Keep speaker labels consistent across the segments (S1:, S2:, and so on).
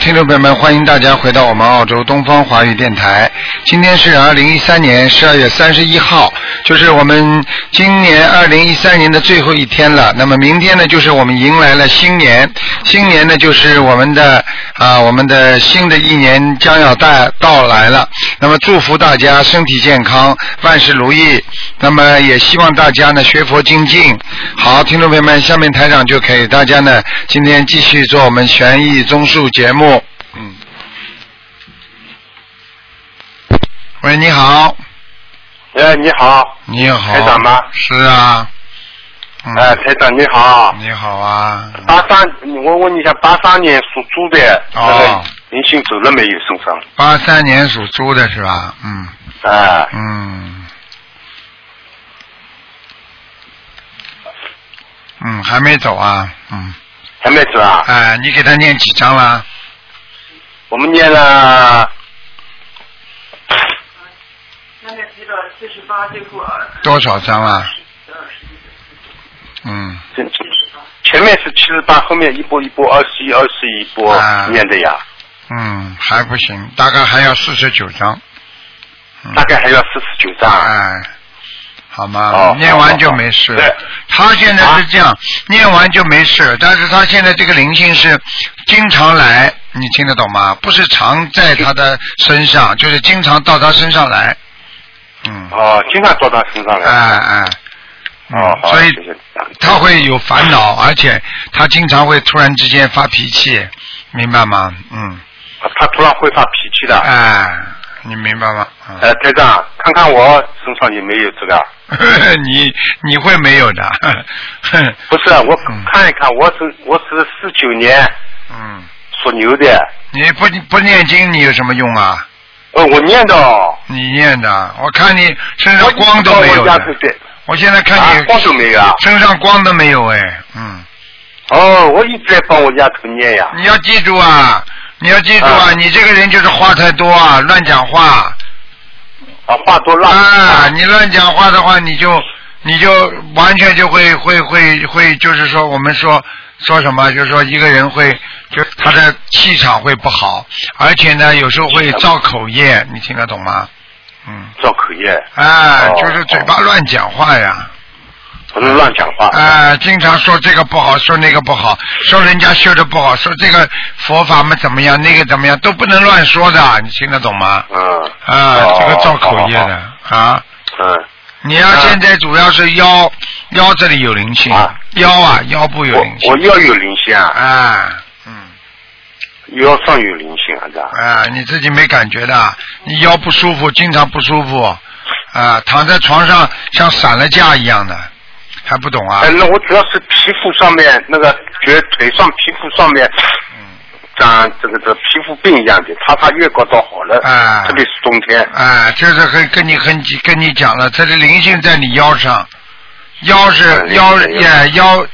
S1: 听众朋友们，欢迎大家回到我们澳洲东方华语电台。今天是二零一三年十二月三十一号，就是我们今年二零一三年的最后一天了。那么明天呢，就是我们迎来了新年，新年呢就是我们的啊，我们的新的一年将要到到来了。那么祝福大家身体健康，万事如意。那么也希望大家呢学佛精进。好，听众朋友们，下面台长就给大家呢今天继续做我们悬疑综述节目。嗯。喂，你好，
S2: 哎，你好，
S1: 你好，
S2: 台长吗
S1: 是啊。嗯、
S2: 哎，台长你好，
S1: 你好啊。
S2: 八三，我问你一下，八三年属猪的那
S1: 哦
S2: 个灵性走了没有身上？
S1: 八三年属猪的是吧？嗯
S2: 哎，
S1: 嗯。嗯，还没走啊，嗯，
S2: 还没走啊？
S1: 哎，你给他念几张了？
S2: 我们念了
S3: 那个几百四十八最后二
S1: 多少张了？嗯，
S2: 这，前面是七十八，后面一波一波二十一，二十一波
S1: 啊
S2: 念的呀，
S1: 嗯，还不行，大概还要四十九张。嗯
S2: 大概还要四十九章。
S1: 哎，好吗？
S2: 哦
S1: 啊念完就没事
S2: 好好好
S1: 了。他现在是这
S2: 啊
S1: 样，念完就没事，但是他现在这个灵性是经常来，你听得懂吗？不是常在他的身
S2: 嗯
S1: 上，就是经常到他身上来。嗯，
S2: 哦，经常到他身
S1: 哎
S2: 上来。
S1: 哎。嗯
S2: 哦，好，
S1: 所以
S2: 谢谢台长
S1: 他会有烦恼，而且他经常会突然之间发脾气，明白吗？嗯，
S2: 他突然会发脾气的。
S1: 哎，你明白吗？嗯
S2: 哎，台长，看看我身上有没有这个？啊
S1: 你你会没有的，
S2: 不是，我
S1: 嗯
S2: 看一看，我是我是四九年
S1: 嗯，
S2: 属牛的，
S1: 你不不念经，你有什么用啊？
S2: 呃，我念的哦，
S1: 你念的，我看你身上
S2: 我
S1: 光都没有
S2: 我家对
S1: 的，
S2: 对，
S1: 我现在看
S2: 啊，
S1: 你
S2: 光都没有啊。
S1: 身上光都没有哎，嗯，
S2: 哦，我一直在帮我家头念呀。
S1: 你要记住啊，你要记住啊，
S2: 啊
S1: 你这个人就是话太多啊，乱讲话
S2: 啊，话多乱。
S1: 啊，你乱讲话的话，你就你就完全就会会会会，就是说我们说说什么，就是说一个人会就他的气场会不好，而且呢，有时候会造口业，你听得懂吗？嗯。
S2: 造口业，
S1: 哎，
S2: 哦
S1: 就是嘴巴乱讲话呀！
S2: 不能乱讲话。
S1: 哎，经常说这个不好，说那个不好，说人家修的不好，说这个佛法嘛怎么样，那个怎么样，都不能乱说的，你听得懂吗？
S2: 嗯
S1: 啊，
S2: 哦
S1: 这个造口业
S2: 哦
S1: 的啊！
S2: 嗯，
S1: 你呀、
S2: 啊
S1: 现在主要是腰腰这里有灵性，
S2: 啊
S1: 腰啊腰部有灵
S2: 嗯我我
S1: 性，
S2: 腰有灵性啊，
S1: 啊，嗯
S2: 腰上有灵性啊，是吧？
S1: 啊，你自己没感觉的，你腰不舒服，经常不舒服，啊，躺在床上像散了架一样的，还不懂啊？
S2: 哎，那我主要是皮肤上面那个，觉得腿上皮肤上面
S1: 嗯。
S2: 长这个这皮肤病一样的，它它越搞到好了，
S1: 啊
S2: 特别是冬天，
S1: 啊，就是跟跟你很跟你讲了，这是灵性在你腰上，腰
S2: 啊
S1: 是
S2: 灵性
S1: 腰
S2: 在腰上
S1: 也腰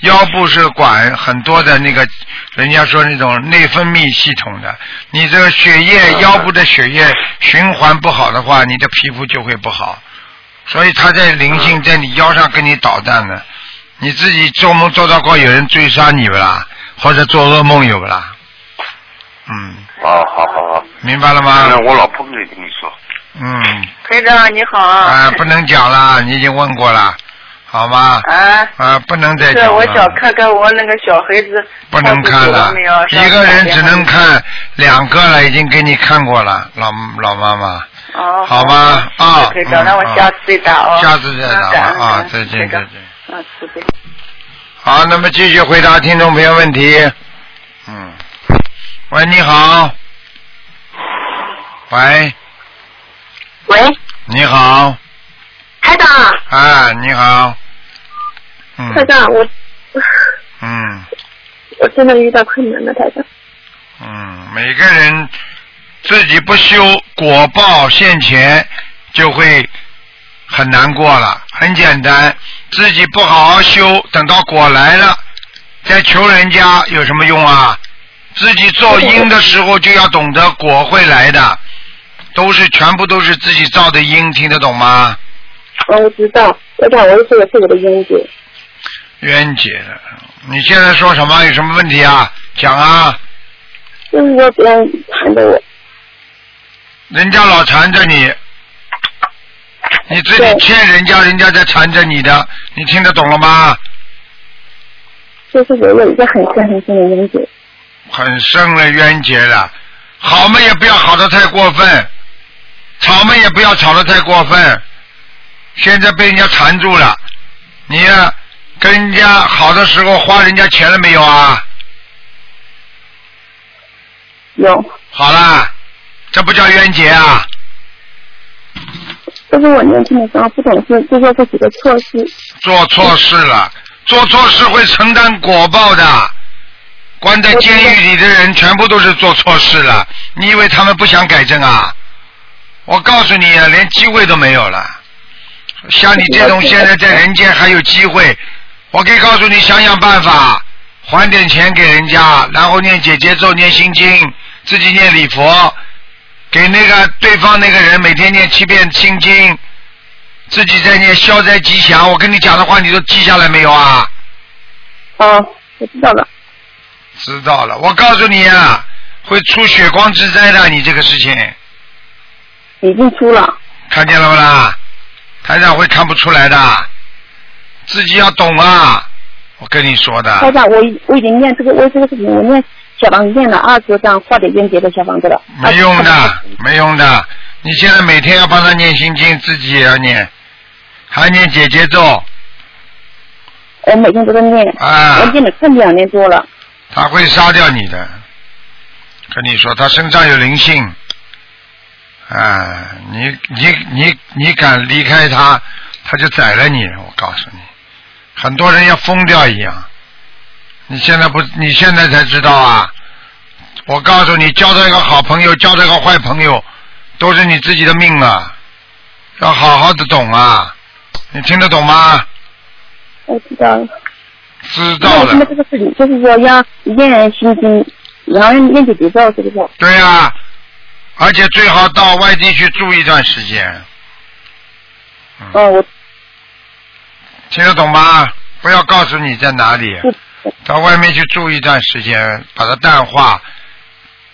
S1: 腰部是管很多的那个，人家说那种内分泌系统的，你这个血液、
S2: 嗯
S1: 腰部的血液循环不好的话，你的皮肤就会不好，所以他在灵
S2: 嗯
S1: 性在你腰上跟你捣蛋呢，你自己做梦做到过有人追杀你不啦，或者做噩梦有不啦？嗯，
S2: 哦，好好好，
S1: 明白了
S2: 那
S1: 吗？
S2: 我老婆没有跟你说，
S1: 嗯，
S3: 台长你好。
S1: 啊，不能讲了，你已经问过了，好吗？
S3: 啊。
S1: 啊，不能再
S3: 是
S1: 讲了。啊
S3: 我想看看我那个小孩子
S1: 不能看
S3: 他
S1: 了
S3: 走没有，
S1: 一个人只能。看两个了，已经给你看过了，老老妈妈。
S3: 哦，
S1: 好吧啊
S3: 可以的，那我
S1: 嗯
S3: 下次再打哦。
S1: 下次再打吧
S3: 嗯感恩
S1: 啊
S3: 感恩
S1: 再见
S3: 台长
S1: 再见。
S3: 嗯，慈悲。
S1: 好，那么继续回答听众朋友问题。嗯，喂，你好。喂，
S4: 喂，
S1: 你好，
S4: 台长，
S1: 啊，你好。嗯
S4: 台长，我
S1: 嗯
S4: 我真的遇到困难了，台长。
S1: 嗯，每个人自己不修果报现前，就会很难过了。很简单，自己不好好修，等到果来了，再求人家有什么用啊？自己做因的时候就要懂得果会来的，都是全部都是自己造的因，听得懂吗？
S4: 哦，我知道，台长，我就说我是我的冤结。
S1: 冤结的，你现在说什么？有什么问题啊？讲啊！
S4: 就是说别人缠着我，
S1: 人家老缠着你，你自己
S4: 对
S1: 欠人家，人家在缠着你的，你听得懂了吗？
S4: 就是有了一个很深很深的冤结。
S1: 很深了冤结了，好嘛也不要好的太过分，吵嘛也不要吵的太过分。现在被人家缠住了，你呀、跟人家好的时候花人家钱了没有啊？
S4: 有，
S1: 好啦，这不叫冤结啊！
S4: 就是我年轻的时候不懂事，就做这几个措施，
S1: 做错事了，做错事会承担果报的。关在监狱里的人全部都是做错事了，你以为他们不想改正啊？我告诉你啊，连机会都没有了。像你这种现在在人间还有机会，我可以告诉你，想想办法，还点钱给人家，然后念姐姐咒，念心经，自己念礼佛，给那个对方那个人每天念七遍心经，自己在念消灾吉祥。我跟你讲的话，你都记下来没有啊？
S4: 啊，我知道了，
S1: 知道了，我告诉你啊，会出血光之灾的，你这个事情
S4: 已经出了，
S1: 看见了不啦？台长会看不出来的，自己要懂啊！我跟你说
S4: 台
S1: 的，
S4: 长，我已我已经念这个为这个事情，我念小房子念了二十多张，化解冤结的小房子了。
S1: 没用的，没用的。你现在每天要帮他念心经，自己也要念，还念姐姐咒
S4: 我每天都在念，
S1: 啊
S4: 我，念了快两年多了。
S1: 他会杀掉你的。跟你说，他身上有灵性，啊，你你你你敢离开他，他就宰了你。我告诉你，很多人要疯掉一样。你现在不，你现在才知道啊！我告诉你，交到一个好朋友，交到一个坏朋友，都是你自己的命啊！要好好的懂啊！你听得懂吗？
S4: 我知道了。
S1: 知道了
S4: 那。这个事情就是说要念心经，然后念姐姐咒，是不是？
S1: 对呀、而且最好到外地去住一段时间，嗯
S4: 哦，我
S1: 听得懂吗？不要告诉你在哪里，
S4: 不
S1: 到外面去住一段时间，把它淡化，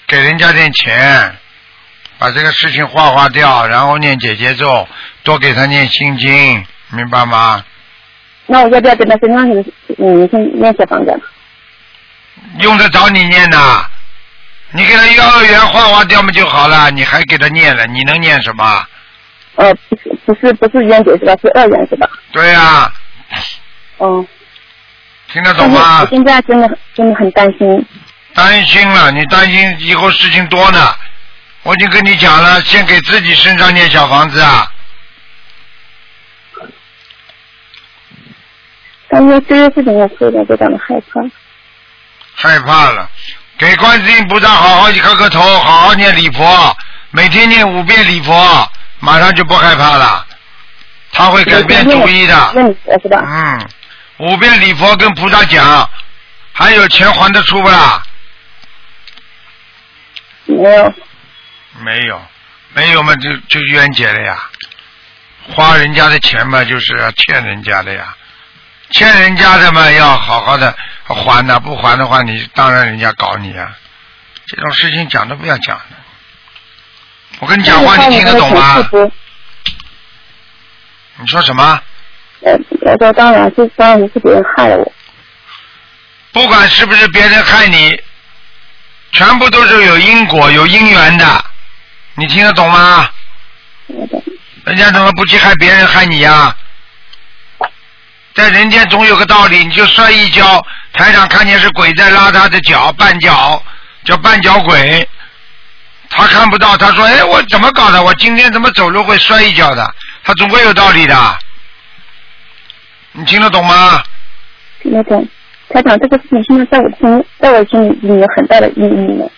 S1: 给人家点钱，把这个事情化化掉，然后念姐姐咒，多给他念心经，明白吗？
S4: 那我要不要跟他身上嗯先念小房子？
S1: 用得着你念呐、你给他幼儿园化化掉嘛就好了，你还给他念了，你能念什么？
S4: 呃，不是不是不是冤结是吧？是二元是吧？
S1: 对呀、
S4: 哦，嗯
S1: 听得
S4: 但
S1: 懂
S4: 是
S1: 吗？
S4: 我现在真的真的很担心，
S1: 担心了，你担心以后事情多呢。我已经跟你讲了，先给自己身上念小房子啊。
S4: 但是这个事情我非常非常的害怕。
S1: 害怕了，给观世音菩萨好好去磕个头，好好念礼佛，每天念五遍礼佛，马上就不害怕了。他会改变主意的。
S4: 那你呃是吧？
S1: 嗯，五遍礼佛跟菩萨讲，还有钱还得出不啦？
S4: 没有，
S1: 没有，没有嘛，就就冤结了呀，花人家的钱嘛，就是要欠人家的呀，欠人家的嘛，要好好的还呐、不还的话，你当然人家搞你呀、这种事情讲都不要讲的。我跟你讲话，你听得懂
S4: 但
S1: 吗
S4: 是？他们
S1: 你说什么？
S4: 那个钱是不呃，我说当然是当然是别人害了我，
S1: 不管是不是别人害你，全部都是有因果、有因缘的，你听得懂吗？
S4: 我的
S1: 人家怎么不去害别人害你呀、在人间总有个道理，你就摔一跤，台长看见是鬼在拉他的脚，绊脚，叫绊脚鬼。他看不到，他说：“哎，我怎么搞的？我今天怎么走路会摔一跤的？他总归有道理的。”你听得懂吗？
S4: 那种。台长，这个事情现在在我心，在我心里已经有很大的阴影了。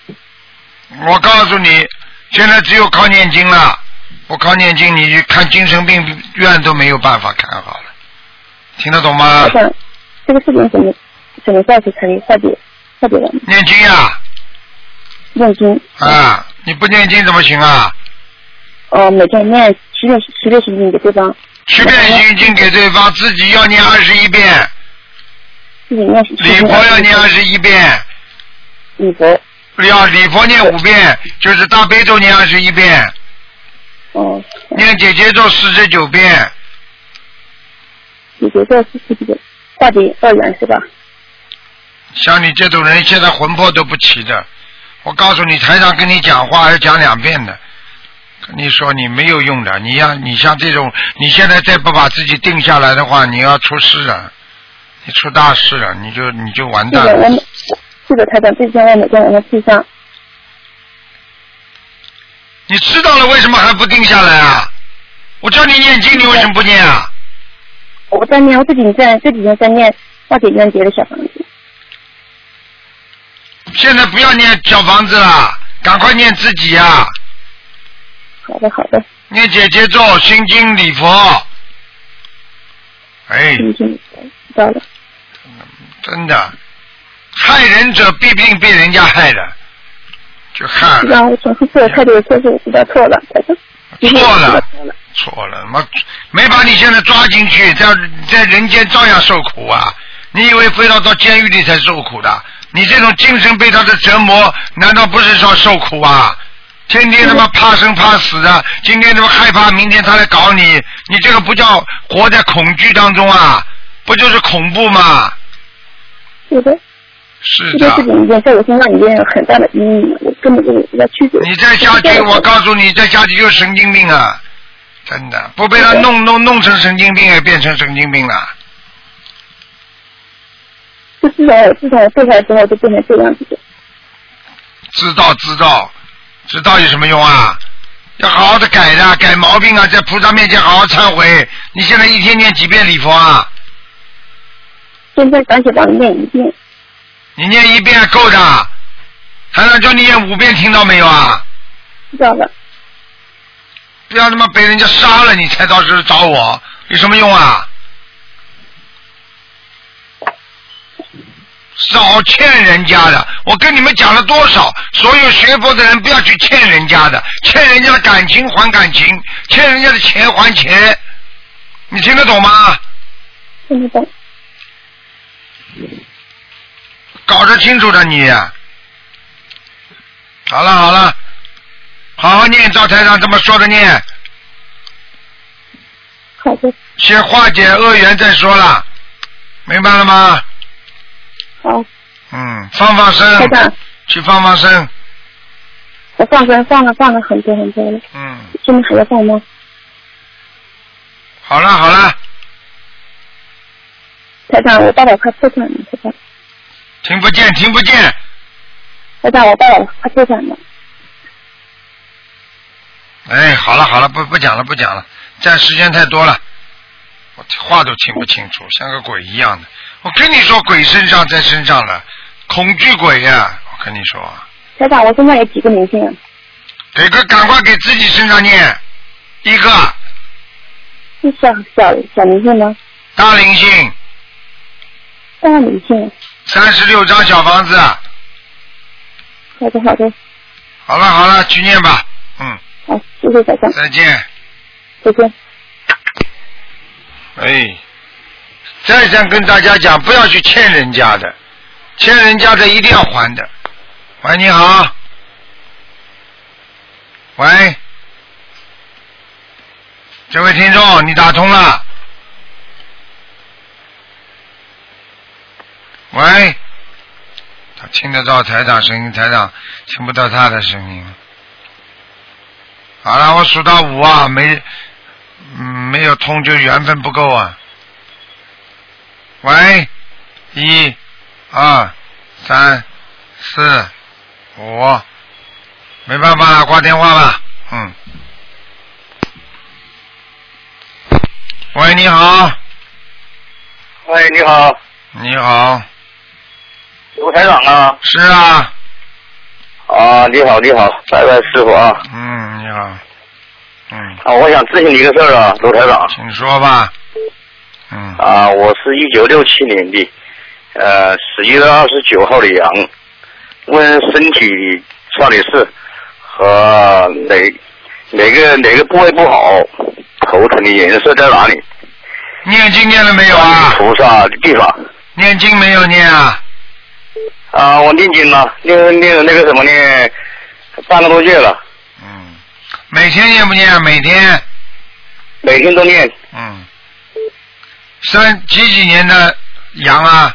S1: 我告诉你，现在只有靠念经了。不靠念经，你去看精神病院都没有办法看好了。听得懂吗
S4: 台？长，这个事情怎么怎么下去才能化解化解完？
S1: 念经呀、
S4: 念经，
S1: 啊，你不念经怎么行啊？
S4: 呃，每天念十六十六十经给对方，
S1: 十遍心经给对方，自己要念二十一遍，
S4: 自己念十
S1: 礼佛要念二十一遍，
S4: 礼佛，
S1: 要礼佛念五遍，就是大悲咒念二十一遍，
S4: 哦，
S1: 念姐姐咒四十九遍，
S4: 解决这四十几个化解恶缘是吧？
S1: 像你这种人，现在魂魄都不齐的。我告诉你，台上跟你讲话要讲两遍的，跟你说你没有用的。你要你像这种，你现在再不把自己定下来的话，你要出事了，你出大事了，你就你就完
S4: 是
S1: 蛋
S4: 的，我
S1: 了。
S4: 们是的，台长，这些我每个人的智商，
S1: 你知道了，为什么还不定下来啊？我叫你念经，你为什么不念啊？
S4: 我在念，我这几天在这几天在念化解冤结的小房子，
S1: 现在不要念小房子了，赶快念自己呀、啊
S4: 好的好的，
S1: 念姐姐咒、心经、礼佛。哎，
S4: 已经知道了，
S1: 真的，害人者必定被人家害的，就害
S4: 知
S1: 了，
S4: 道我总是做太多错事，知道错了，台长，
S1: 错了，
S4: 错了，
S1: 错了，妈没把你现在抓进去，在在人间照样受苦啊！你以为非要到监狱里才受苦的？你这种精神被他的折磨，难道不是说受苦啊？天天他妈怕生怕死的，今天他妈害怕，明天他来搞你，你这个不叫活在恐惧当中啊？不就是恐怖吗？
S4: 嗯是的，
S1: 是的。
S4: 这件事情已经在我身上已经有很大的阴影了，我根本就无法驱走。
S1: 你再下去，我告诉你，再下去就是神经病啊！真的，不被他弄弄弄成神经病，也变成神经病了。
S4: 就自从我自从我堕胎之后，就变成这样子的。
S1: 知道知道，知道有什么用啊？要好好的改的，改毛病啊，在菩萨面前好好忏悔。你现在一天念几遍礼佛啊？
S4: 现在赶紧把你念一遍，
S1: 你念一遍够的，还长叫你念五遍，听到没有啊？
S4: 知道了，
S1: 不要他妈被人家杀了，你才到时候找我，有什么用啊？少欠人家的，我跟你们讲了多少？所有学佛的人不要去欠人家的，欠人家的感情还感情，欠人家的钱还钱，你听得懂吗？
S4: 听得懂。
S1: 搞得清楚的你。好了好了，好好念，照台上这么说的念，
S4: 好的，
S1: 先化解恶缘再说了，明白了吗？
S4: 好，
S1: 嗯，放放
S4: 台
S1: 生，
S4: 长，
S1: 去放放生。
S4: 我放生放了放了很多很多了，
S1: 嗯，
S4: 现在还在放吗？
S1: 好了好了，
S4: 台长，我爸爸快破产了，台长，
S1: 听不见听不见，
S4: 台长，我爸爸快破产了。
S1: 哎，好了好了，不不讲了不讲了，这样时间太多了，我话都听不清楚，像个鬼一样的。我跟你说，鬼身上在身上了，恐惧鬼呀、我跟你说，
S4: 台长，我身上有几个灵性啊？
S1: 给个赶快给自己身上念一个
S4: 是小小小灵性吗？
S1: 大灵性，
S4: 大啊灵性。
S1: 三十六张小房子。
S4: 好的，好的，
S1: 好了好了，去念吧。嗯，
S4: 好，谢谢台长，
S1: 再见。
S4: 再见。
S1: 哎，再三跟大家讲，不要去欠人家的，欠人家的一定要还的。喂，你好。喂，这位听众，你打通了。喂，他听得到台长声音，台长听不到他的声音。好了，我数到五啊，没嗯，没有通就缘分不够啊。喂，一、二、三、四、五，没办法了，挂电话吧。嗯。喂，你好，
S2: 喂，你好，
S1: 你好，
S2: 卢台长啊。
S1: 是啊，
S2: 啊，你好，你好，拜拜师傅啊。
S1: 嗯，你好，嗯，
S2: 啊，我想咨询你一个事儿啊，卢台长。
S1: 请说吧，嗯，
S2: 啊，我是一九六七年的，呃，十一月二十九号的羊，问身体上的事和哪哪个哪个部位不好，头疼的颜色在哪里？
S1: 念经念了没有啊？
S2: 菩萨的地方
S1: 念经没有念啊？
S2: 啊、啊，我念经了，念念那个什么念半个多月了，
S1: 嗯，每天念不念啊？每天，
S2: 每天都念。
S1: 嗯，三几几年的羊啊？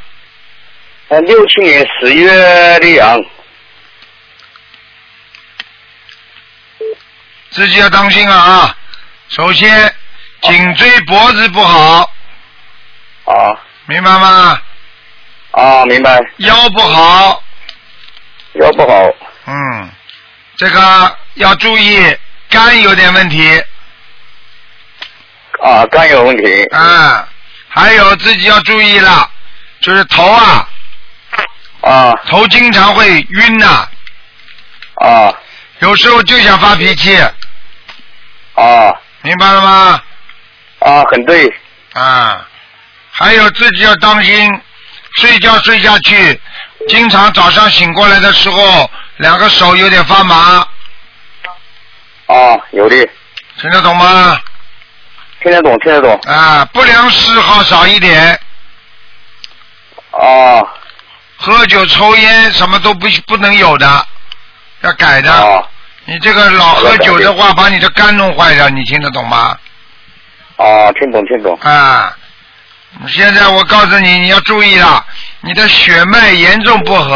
S2: 呃，六七年十月的羊，
S1: 自己要当心了啊！首先，颈椎脖子不好，
S2: 啊
S1: 明白吗？
S2: 啊，明白，
S1: 腰不好，
S2: 腰不好，
S1: 嗯，这个要注意，肝有点问题
S2: 啊，肝有问题，
S1: 啊，还有自己要注意了，就是头啊，
S2: 啊
S1: 头经常会晕呐、
S2: 啊
S1: 有时候就想发脾气，
S2: 啊
S1: 明白了吗？
S2: 啊，很对，
S1: 啊，还有自己要当心，睡觉睡下去，经常早上醒过来的时候，两个手有点发麻，
S2: 啊，有的，
S1: 听得懂吗？
S2: 听得懂，听得懂，
S1: 啊，不良嗜好少一点，
S2: 啊
S1: 喝酒抽烟什么都不不能有的，要改的。
S2: 啊
S1: 你这个老喝酒的话，把你的肝弄坏了，你听得懂吗？
S2: 啊，听懂，听懂，
S1: 啊，现在我告诉你，你要注意了，你的血脉严重不和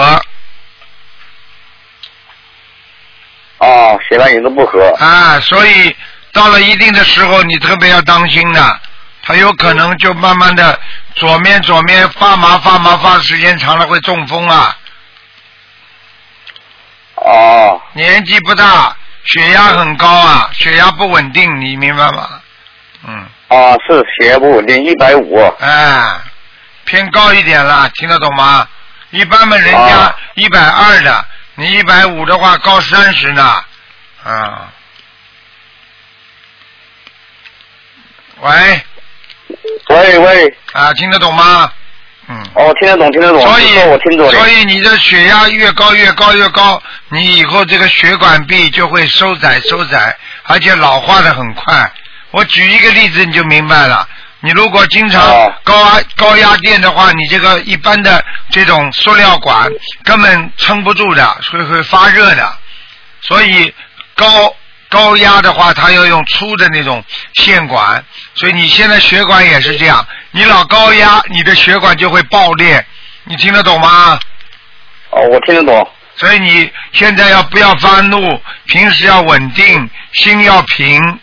S2: 啊，血脉严重不和，
S1: 啊，所以到了一定的时候，你特别要当心的，它有可能就慢慢的左面左面发麻发麻发，时间长了会中风啊。
S2: 啊
S1: 年纪不大，血压很高啊，血压不稳定，你明白吗？嗯，
S2: 啊，是血压不稳定，一百五，
S1: 哎，偏高一点了，听得懂吗？一般嘛，人家
S2: 哦
S1: 一百二的，你一百五的话高三十呢，啊。喂，
S2: 喂喂，
S1: 啊，听得懂吗？嗯。
S2: 哦，听得懂，听得懂，
S1: 所以
S2: 这个我听懂
S1: 所
S2: 了，
S1: 以你的血压越高越高越高，你以后这个血管壁就会收窄收窄，而且老化的很快。我举一个例子你就明白了。你如果经常
S2: 哦
S1: 高压高压电的话，你这个一般的这种塑料管根本撑不住的，会会发热的。所以高高压的话，它要用粗的那种线管，所以你现在血管也是这样，你老高压，你的血管就会爆裂，你听得懂吗？
S2: 哦，我听得懂，
S1: 所以你现在要不要发怒？平时要稳定，心要平，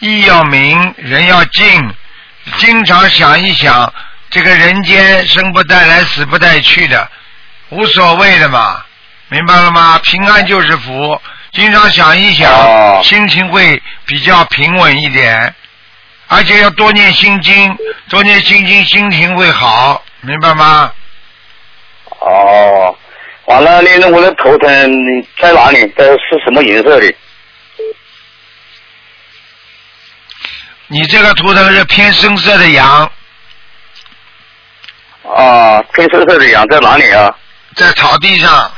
S1: 意要明，人要静，经常想一想，这个人间生不带来，死不带去的，无所谓的嘛，明白了吗？平安就是福，经常想一想，
S2: 哦
S1: 心情会比较平稳一点，而且要多念心经，多念心经，心情会好，明白吗？
S2: 哦，完了，那我的头疼在哪里？在是什么颜色的？
S1: 你这个图腾是偏深色的羊，
S2: 啊，偏深色的羊在哪里啊？
S1: 在草地上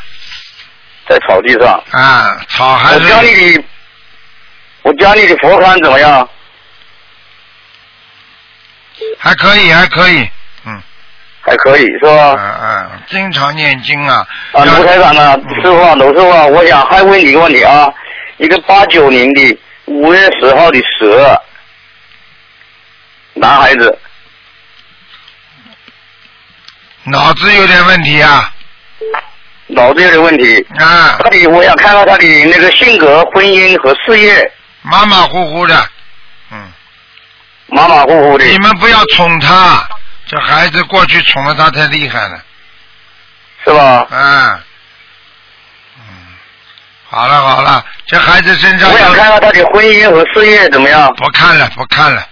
S2: 在草地上。
S1: 啊，草还
S2: 我家
S1: 是
S2: 里的，我家里的佛龛怎么样？
S1: 还可以，还可以，嗯
S2: 还可以是
S1: 嗯
S2: 吧？
S1: 嗯，经常念经啊，
S2: 啊，
S1: 要
S2: 卢台长啊，
S1: 嗯
S2: 师傅啊，卢师傅啊，我想还问你一个问题啊，一个八九年的五月十号的蛇，男孩子
S1: 脑子有点问题啊
S2: 脑子有点问题，
S1: 啊，
S2: 他的我想看看他的那个性格、婚姻和事业，
S1: 马马虎虎的，嗯，
S2: 马马虎虎的。
S1: 你们不要宠他，这孩子过去宠了他太厉害了
S2: 是吧？
S1: 啊，嗯，好了好了，这孩子身上
S2: 我想
S1: 有
S2: 看看他的婚姻和事业怎么样。
S1: 不看了，不看了，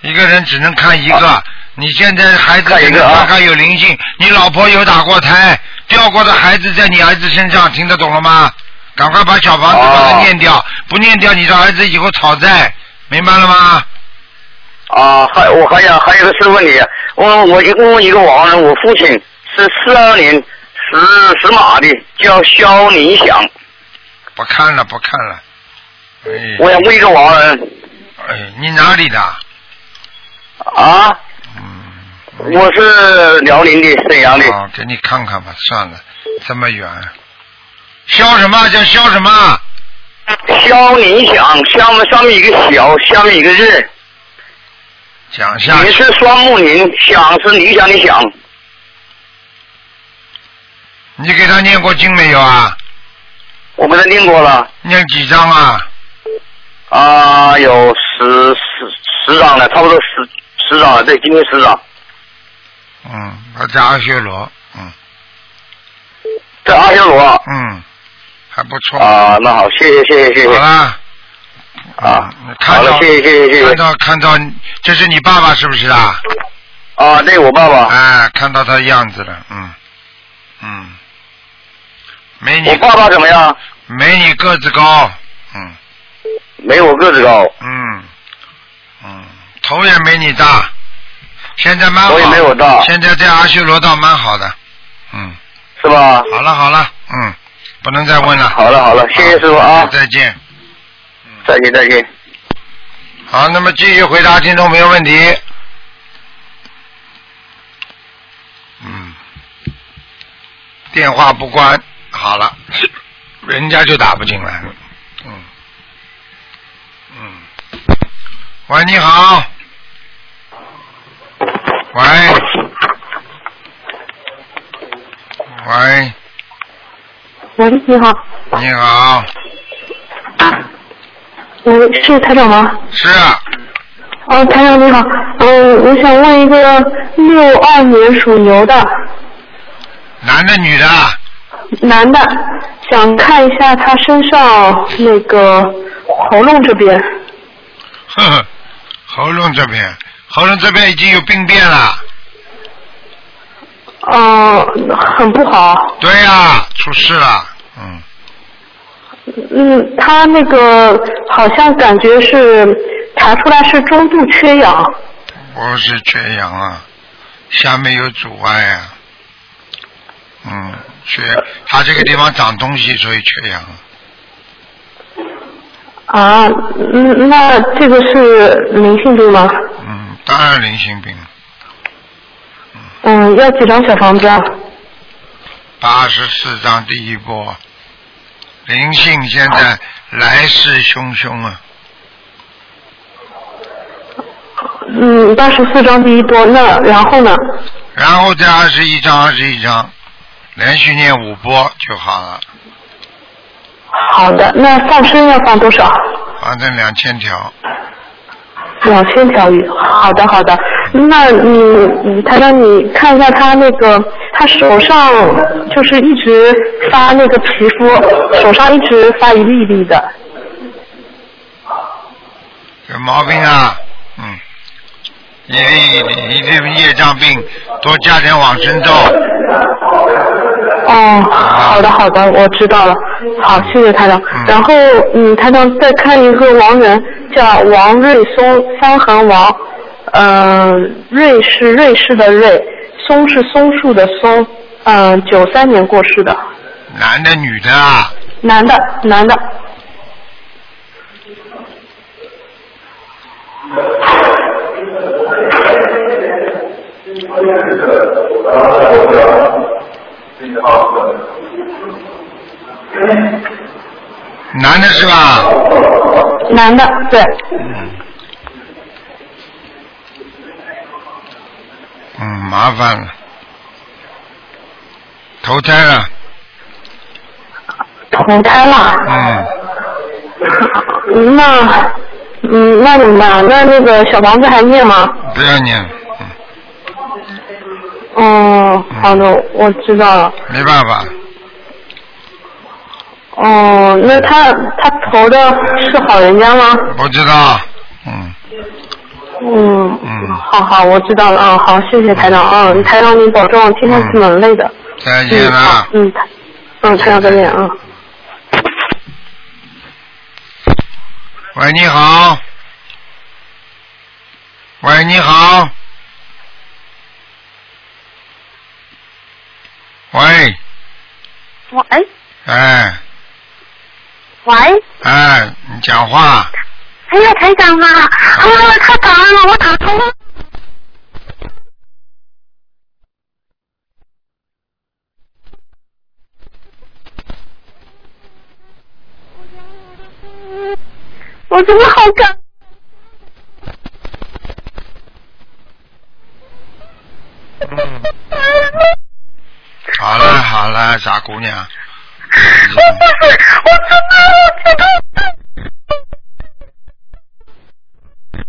S1: 一个人只能看一个。
S2: 啊
S1: 你现在孩子
S2: 看一个啊
S1: 大概有灵性，你老婆有打过胎，掉过的孩子在你儿子身上，听得懂了吗？赶快把小房子把它
S2: 哦
S1: 念掉，不念掉你的儿子以后讨债，明白了吗？
S2: 啊，还我还想还有一个是问你，啊我我一共一个亡人，我父亲是四二年属属马的，叫肖宁祥。
S1: 不看了，不看了。哎，
S2: 我想问一个亡人
S1: 哎，你哪里的？
S2: 啊，
S1: 嗯，
S2: 我是辽宁的沈阳的。
S1: 哦，给你看看吧，算了，这么远，肖什么叫肖什么？
S2: 肖你想，下面上面一个小，下面一个日，
S1: 讲下
S2: 你
S1: 去，
S2: 是双木林，想是你想你想，
S1: 你给他念过经没有啊？
S2: 我给他念过了
S1: 念几张啊？
S2: 啊、有十十十张了，差不多十十张了，对，今天十张，
S1: 嗯，他在阿修罗，嗯
S2: 在阿修罗啊、
S1: 嗯，还不错。
S2: 那好，谢谢谢谢谢
S1: 好
S2: 谢
S1: 啦，
S2: 啊
S1: 嗯，看
S2: 好了
S1: 到，
S2: 谢谢谢谢谢
S1: 看
S2: 谢
S1: 到看到，这是你爸爸是不是啊？
S2: 啊，对我爸爸，
S1: 哎，看到他样子了，嗯嗯，没
S2: 我
S1: 你
S2: 爸爸怎么样？
S1: 没你个子高，嗯
S2: 没我个子高，
S1: 嗯嗯，头也没你大，现在蛮好，
S2: 头也没我大
S1: 现在在阿修罗道蛮好的，嗯，
S2: 是吧？
S1: 好了好了，嗯，不能再问了，
S2: 好了好了，谢谢师傅啊，
S1: 再见。
S2: 再见再见。
S1: 好，那么继续回答听众朋友问题。嗯，电话不关，好了，人家就打不进来了。嗯嗯，喂，你好。喂，喂，
S5: 喂，你好，
S1: 你好，
S5: 嗯，是台长吗？
S1: 是啊，
S5: 哦，台长你好，嗯，我想问一个六二年属牛的
S1: 男的女的啊？
S5: 男的，想看一下他身上那个喉咙这边。
S1: 呵呵，喉咙这边，喉咙这边已经有病变了。
S5: 嗯、很不好。
S1: 对呀、出事了。嗯，
S5: 嗯，他那个好像感觉是查出来是中度缺氧。
S1: 不哦是缺氧啊，下面有阻碍啊。嗯，缺，他这个地方长东西，所以缺氧。
S5: 啊，嗯，那这个是灵性病吗？
S1: 嗯，当然灵性病，
S5: 嗯，要几张小房子啊？
S1: 八十四章第一波，灵性现在来势汹汹啊。
S5: 嗯，八十四张第一波，那然后呢？
S1: 然后再二十一章，二十一章，连续念五波就好了，
S5: 好的，那放生要放多少？
S1: 反正两千条。
S5: 两千条鱼。好的，好的。那你，你台长，你看一下他那个，他手上就是一直发那个皮肤，手上一直发一粒一粒的。
S1: 有毛病啊，嗯，一粒一粒业障病，多加点往生咒，
S5: 哦，好的，好的，我知道了。好，谢谢台长。
S1: 嗯
S5: 然后，嗯，台长再看一个亡人，叫王瑞松，三横王，嗯、瑞是瑞士的瑞，松是松树的松，嗯、九三年过世的，
S1: 男的女的啊，
S5: 男的，男的。
S1: 男的是吧？
S5: 男的，对，
S1: 嗯，嗯，麻烦了，投胎了，
S5: 投胎了。
S1: 嗯，
S5: 那，嗯，那怎么办？那那个小房子还念吗？
S1: 不要念了，嗯，
S5: 哦，好的，我知道了。
S1: 没办法，
S5: 哦，那他他投的是好人家吗？
S1: 不知道，嗯，
S5: 嗯，
S1: 嗯
S5: 好好，我知道了啊，好，谢谢台长啊，台长您保重，今天是蛮累的。
S1: 嗯再见
S5: 嗯，
S1: 了
S5: 好，。嗯，台嗯，台长再见啊。
S1: 喂，你好。喂，你好。喂，
S6: 喂
S1: 哎
S6: 喂，
S1: 哎，你讲话，
S6: 哎呀，台长啊，啊，太感恩了，我打通了。我真的好感。
S1: 嗯，好了好了，傻姑娘，
S6: 我不是，我知道，我知道，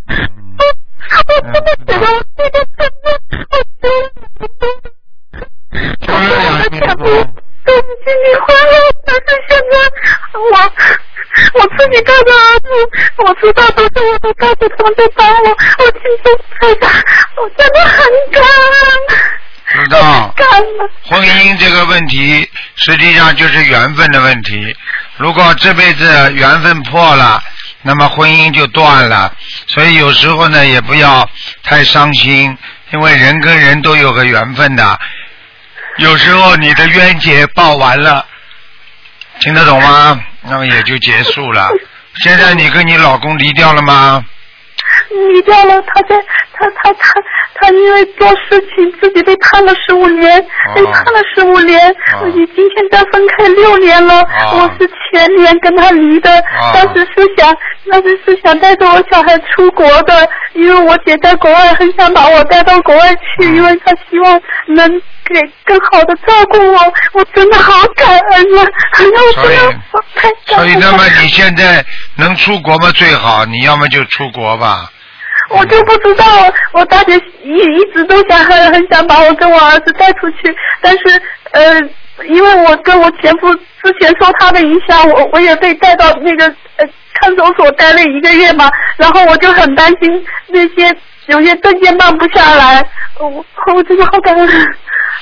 S1: 嗯，
S6: 我真的觉得我自己真的，我真的，我真的全部都已经离婚了，但是现在我我自己带着儿子，我知道，但是我的大姐他们在帮我，我心中太大，我真的很感
S1: 知道
S6: 恩，。感恩。
S1: 婚姻这个问题，实际上就是缘分的问题。如果这辈子缘分破了，那么婚姻就断了。所以有时候呢，也不要太伤心，因为人跟人都有个缘分的。有时候你的冤结报完了，听得懂吗？那么也就结束了。现在你跟你老公离掉了吗？
S6: 离掉了，他在他他他他因为做事情自己被判了十五年，
S1: 啊
S6: 被判了十五年，
S1: 哦
S6: 已经现在分开六年了。
S1: 哦
S6: 我是前年跟他离的，
S1: 哦
S6: 当时是想当时是想带着我小孩出国的，因为我姐在国外，很想把我带到国外去，
S1: 嗯
S6: 因为她希望能给更好的照顾我。我真的好感恩啊！哎呀，我真
S1: 所以
S6: 的我太感
S1: 所以，
S6: 恩
S1: 那么
S6: 了。
S1: 你现在能出国吗？最好，你要么就出国吧。
S6: 我就不知道，我大姐一一直都想很很想把我跟我儿子带出去，但是呃，因为我跟我前夫之前受他的影响，我我也被带到那个呃看守所待了一个月嘛，然后我就很担心那些有些证件办不下来，我我真的好感恩。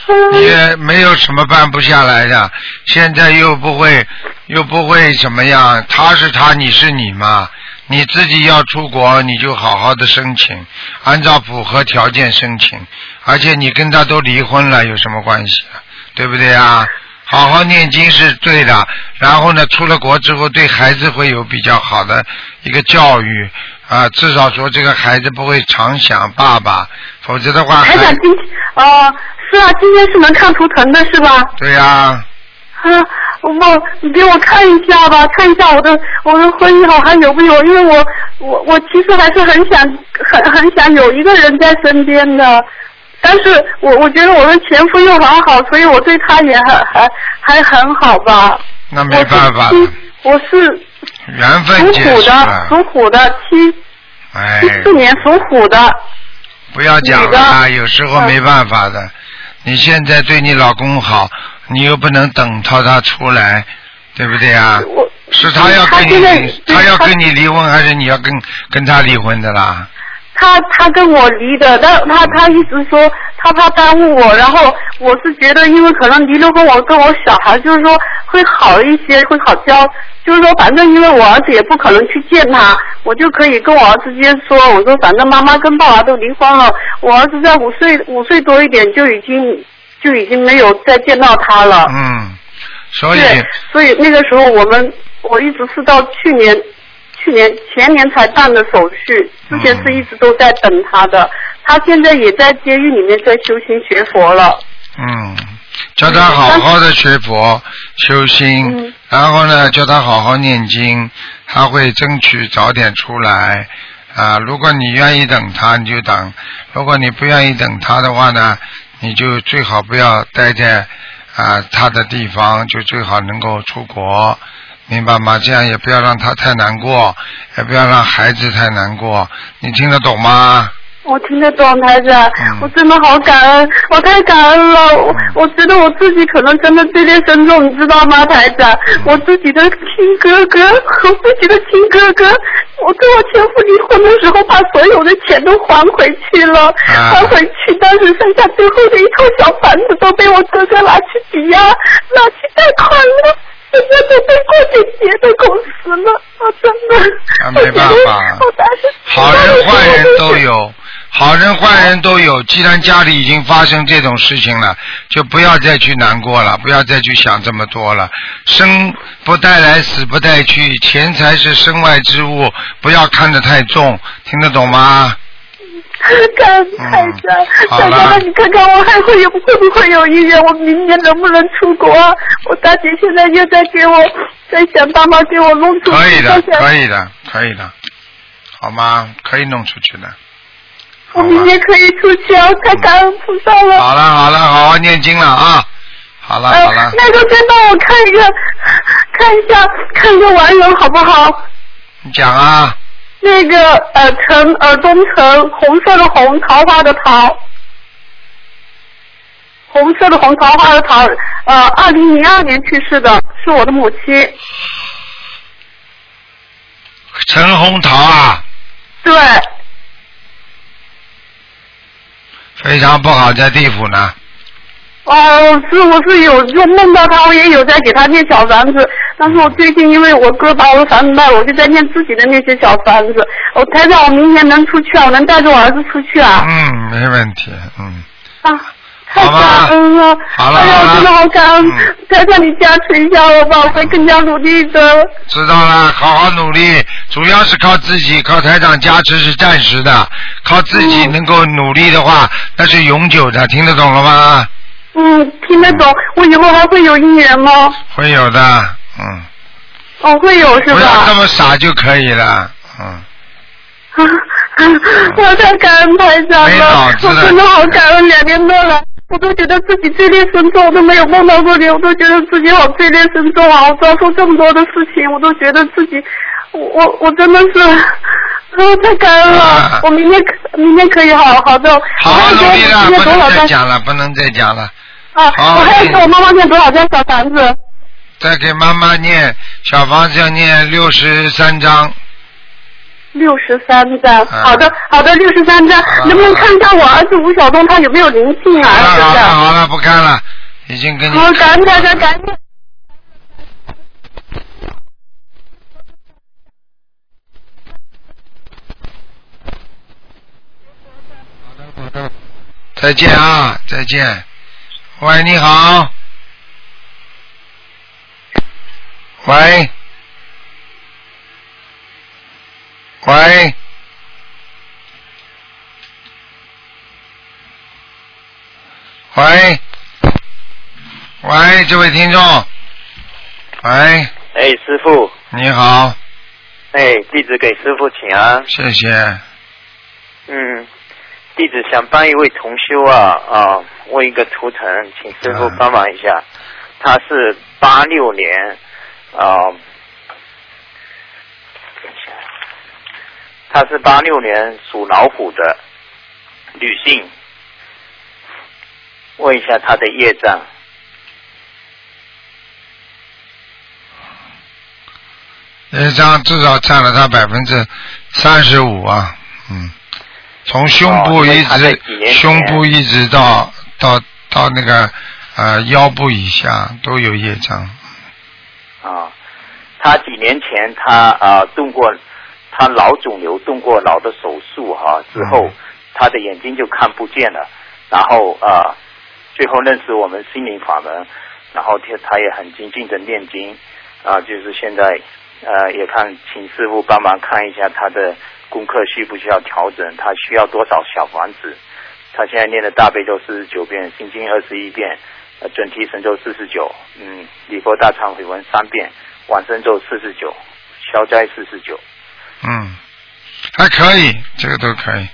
S6: 嗯
S1: 也没有什么办不下来的，现在又不会又不会怎么样，他是他，你是你嘛，你自己要出国，你就好好的申请，按照符合条件申请，而且你跟他都离婚了，有什么关系啊？对不对啊？好好念经是对的，然后呢，出了国之后对孩子会有比较好的一个教育啊，至少说这个孩子不会常想爸爸，否则的话
S6: 台
S1: 还
S6: 长今哦、是啊，今天是能看图腾的是吧？
S1: 对呀、
S6: 啊，我你给我看一下吧，看一下我的我的婚姻好还有没有？因为我我我其实还是很想很很想有一个人在身边的，但是我我觉得我的前夫又很好，所以我对他也很还还很好吧。
S1: 那没办法了
S6: 我是。我是
S1: 缘分
S6: 属
S1: 结
S6: 虎
S1: 束
S6: 的，
S1: 了，
S6: 属虎的，七
S1: 哎
S6: 七，四年属虎的。
S1: 不要讲了，有时
S6: 嗯
S1: 候没办法的。你现在对你老公好，你又不能等到他出来，对不对啊？
S6: 我
S1: 是他要跟
S6: 现在
S1: 你，他要跟你离婚，还是你要跟跟他离婚的啦？
S6: 他他跟我离的，但他他一直说他怕耽误我，然后我是觉得，因为可能离了婚，我跟我小孩就是说会好一些，会好教，就是说反正因为我儿子也不可能去见他，我就可以跟我儿子直接说，我说反正妈妈跟爸爸都离婚了，我儿子在五岁五岁多一点就已经就已经没有再见到他了，
S1: 嗯，所以
S6: 对，所以那个时候我们我一直是到去年。去年前年才办的手续，之前是一直都在等他的，他现在也在监狱里面在修心学佛了。
S1: 嗯，叫他好好的学佛修心，
S6: 嗯
S1: 然后呢，叫他好好念经，他会争取早点出来。啊，如果你愿意等他，你就等；如果你不愿意等他的话呢，你就最好不要待在啊他的地方，就最好能够出国，明白吗？这样也不要让他太难过，也不要让孩子太难过。你听得懂吗？
S6: 我听得懂，台长，
S1: 嗯
S6: 我真的好感恩，我太感恩了。我我觉得我自己可能真的罪孽深重，你知道吗，台长？
S1: 嗯
S6: 我自己的亲哥哥和自己的亲哥哥，我跟我前夫离婚的时候，把所有的钱都还回去了，
S1: 啊
S6: 还回去，但是剩下最后的一套小房子都被我哥哥拿去抵押，拿去贷款了。现在都被过去劫的公司了，我真的，
S1: 啊没办法
S6: 我觉得我当时
S1: 好人坏人都有，好人坏人都有。既然家里已经发生这种事情了，就不要再去难过了，不要再去想这么多了。生不带来，死不带去，钱财是身外之物，不要看得太重，听得懂吗？
S6: 感恩台长，
S1: 嗯好
S6: 台长，
S1: 了
S6: 那你看看我还会有会不会有意愿？我明年能不能出国啊？我大姐现在又在给我在想办法给我弄出
S1: 可以
S6: 去，
S1: 的
S6: 在，想
S1: 可以的，可以的。好吗？可以弄出去的。好
S6: 我
S1: 吗
S6: 明天可以出去啊！太感恩菩萨了。
S1: 好了好了，好好念经了啊！好了好了
S6: 呃，，那个再帮我看一个，看一下看一个完人好不好？
S1: 你讲啊，
S6: 那个呃，橙呃，东橙，红色的红，桃花的桃，红色的红，桃花的桃，呃，二零零二年去世的，是我的母亲。
S1: 陈红桃啊，
S6: 对，
S1: 非常不好，在地府呢。
S6: 哦，是我是有就梦到她，我也有在给她念小房子，但是我最近因为我哥把我的房子卖了，我就在念自己的那些小房子。我台长，我明年能出去啊？我能带着我儿子出去啊？
S1: 嗯，没问题，嗯。
S6: 啊，太
S1: 好吧
S6: 感恩了！
S1: 好了
S6: 哎呀，
S1: 好了
S6: 我真的好感恩
S1: 嗯，
S6: 台长你加持一下我吧，我会更加努力的。
S1: 知道了，好好努力，主要是靠自己，靠台长加持是暂时的，靠自己
S6: 嗯
S1: 能够努力的话，那是永久的，听得懂了吗？
S6: 嗯，听得懂，我以后还会有姻缘吗？
S1: 会有的，嗯，
S6: 我、会有是
S1: 不要这
S6: 吧？
S1: 么傻就可以了，嗯，
S6: 我太感恩台长
S1: 没脑
S6: 了，
S1: 子的
S6: 我真的好感恩，两年多来。我都觉得自己罪孽深重，我都没有梦到过你，我都觉得自己好罪孽深重啊！我遭受这么多的事情，我都觉得自己，我我我真的是，啊，太感恩了！
S1: 啊
S6: 我明天可明天可以好好的，
S1: 好
S6: 我
S1: 好
S6: 还
S1: 努
S6: 给我
S1: 力了，
S6: 今天
S1: 不
S6: 多
S1: 能
S6: 少
S1: 再
S6: 张
S1: 讲了，不能再讲了，
S6: 啊，
S1: 好
S6: 我还要给我妈妈念多少张小房子？
S1: 再给妈妈念小房子要念六十三章，
S6: 六十三张。
S1: 啊
S6: 好的，好的，六十三张
S1: 好了。
S6: 能不能看一下我儿子吴晓东他有没有灵性啊？
S1: 好
S6: 儿
S1: 了好
S6: 子
S1: 了好了，不看了，已经跟你嗯
S6: 好，感恩大家，感恩。
S1: 再见啊，再见。喂，你好。喂。喂。喂。喂，这位听众。喂，
S7: 哎，师傅，
S1: 你好，
S7: 哎，弟子给师傅请安。
S1: 谢谢。
S7: 嗯，弟子想帮一位同修啊啊问一个图腾，请师傅帮忙一下。他是八六年啊，他是八六年属老虎的女性，问一下他的业障。
S1: 那张至少占了他百分之三十五啊，嗯，从胸部
S7: 哦因为
S1: 一
S7: 他在
S1: 直、
S7: 几年前
S1: 胸部一直到到到那个呃腰部以下都有业障，
S7: 啊，他几年前他啊动过，他脑肿瘤动过脑的手术哈、之后
S1: 嗯
S7: 他的眼睛就看不见了，然后啊，最后认识我们心灵法门，然后他他也很精进的念经啊，就是现在呃也看请师傅帮忙看一下他的功课需不需要调整，他需要多少小房子。他现在念的大悲咒四十九遍，心经二十一遍，呃，准提神咒四十九，嗯，礼佛大忏悔文三遍，往生咒四十九，消灾四十九。
S1: 嗯，还可以，这个都可以。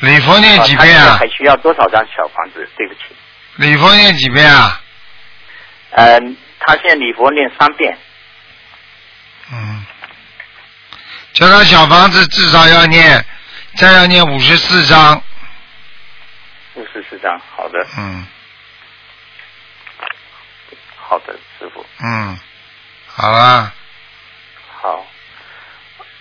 S1: 礼佛念
S7: 啊
S1: 几
S7: 他现
S1: 遍
S7: 在
S1: 啊
S7: 还？需要多少张小房子？对不起，
S1: 礼佛念几遍啊？
S7: 呃，他现在礼佛念三遍，
S1: 嗯，叫他小房子至少要念，再要念五十四章，
S7: 五十四张。好的，
S1: 嗯
S7: 好的，师傅，
S1: 嗯，好啦，
S7: 好。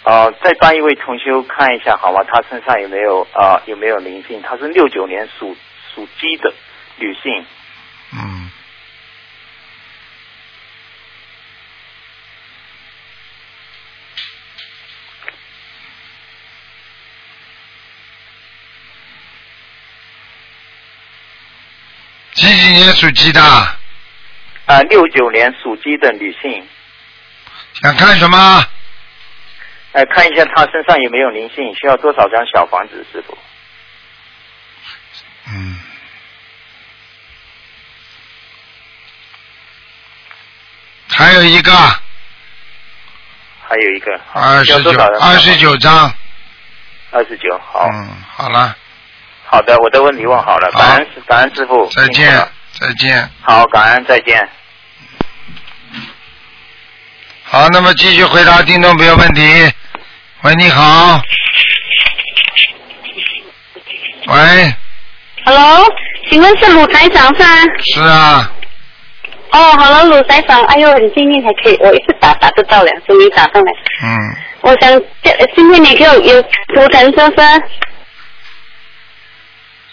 S7: 呃，再帮一位同修看一下好吗？他身上有没有啊、有没有灵性？他是六九年属属鸡的女性，
S1: 嗯。几几年属鸡的？
S7: 啊、6六九年属鸡的女性，
S1: 想看什么？
S7: 呃，看一下他身上有没有灵性，需要多少张小房子，师傅？
S1: 嗯。还有一个
S7: 还有一个
S1: 二
S7: 需要
S1: 十
S7: 多
S1: 九
S7: 少张小
S1: 二
S7: 房子
S1: 十九张，
S7: 二十九，好，
S1: 嗯，好了，
S7: 好的，我的问题问好了，
S1: 好
S7: 感恩感恩师傅，
S1: 再
S7: 辛苦
S1: 见
S7: 了，
S1: 再见。
S7: 好，感恩再见。
S1: 好，那么继续回答听众朋友问题。喂，你好。喂，
S6: Hello，请问是鲁台长是吗？
S1: 是啊，
S6: 哦，好了，鲁台长，哎呦，很幸运还可以，我一次打打得到了，终于打上来。
S1: 嗯，
S6: 我想这今天你给我有图腾是不是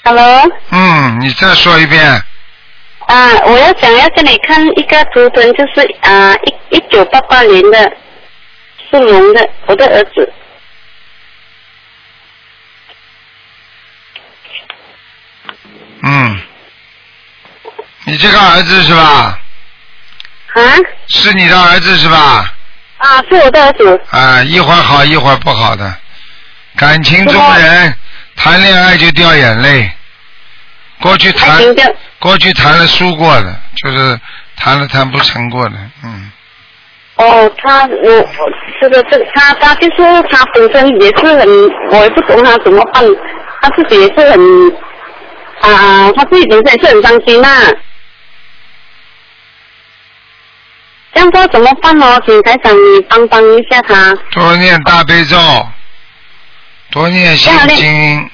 S6: ？Hello，
S1: 嗯，你再说一遍。
S6: 啊，我要想要跟你看一个图腾，就是啊一一九八八年的，是龙的，我的儿子。
S1: 嗯，你这个儿子是吧？
S6: 啊
S1: 是你的儿子是吧？
S6: 啊，是我的儿子。
S1: 啊，一会儿好，一会儿不好的。感情中人谈恋爱就掉眼泪，过去
S6: 爱
S1: 谈
S6: 情掉
S1: 过去谈了输过的，就是谈了谈不成过的，嗯
S6: 哦，他我这个这个他他就是他本身也是很，我也不懂他怎么办，他自己也是很啊、他自己本身也是很伤心呐、这样说怎么办呢？请台长你帮帮一下他。
S1: 多念大悲咒，多念心
S6: 要
S1: 经，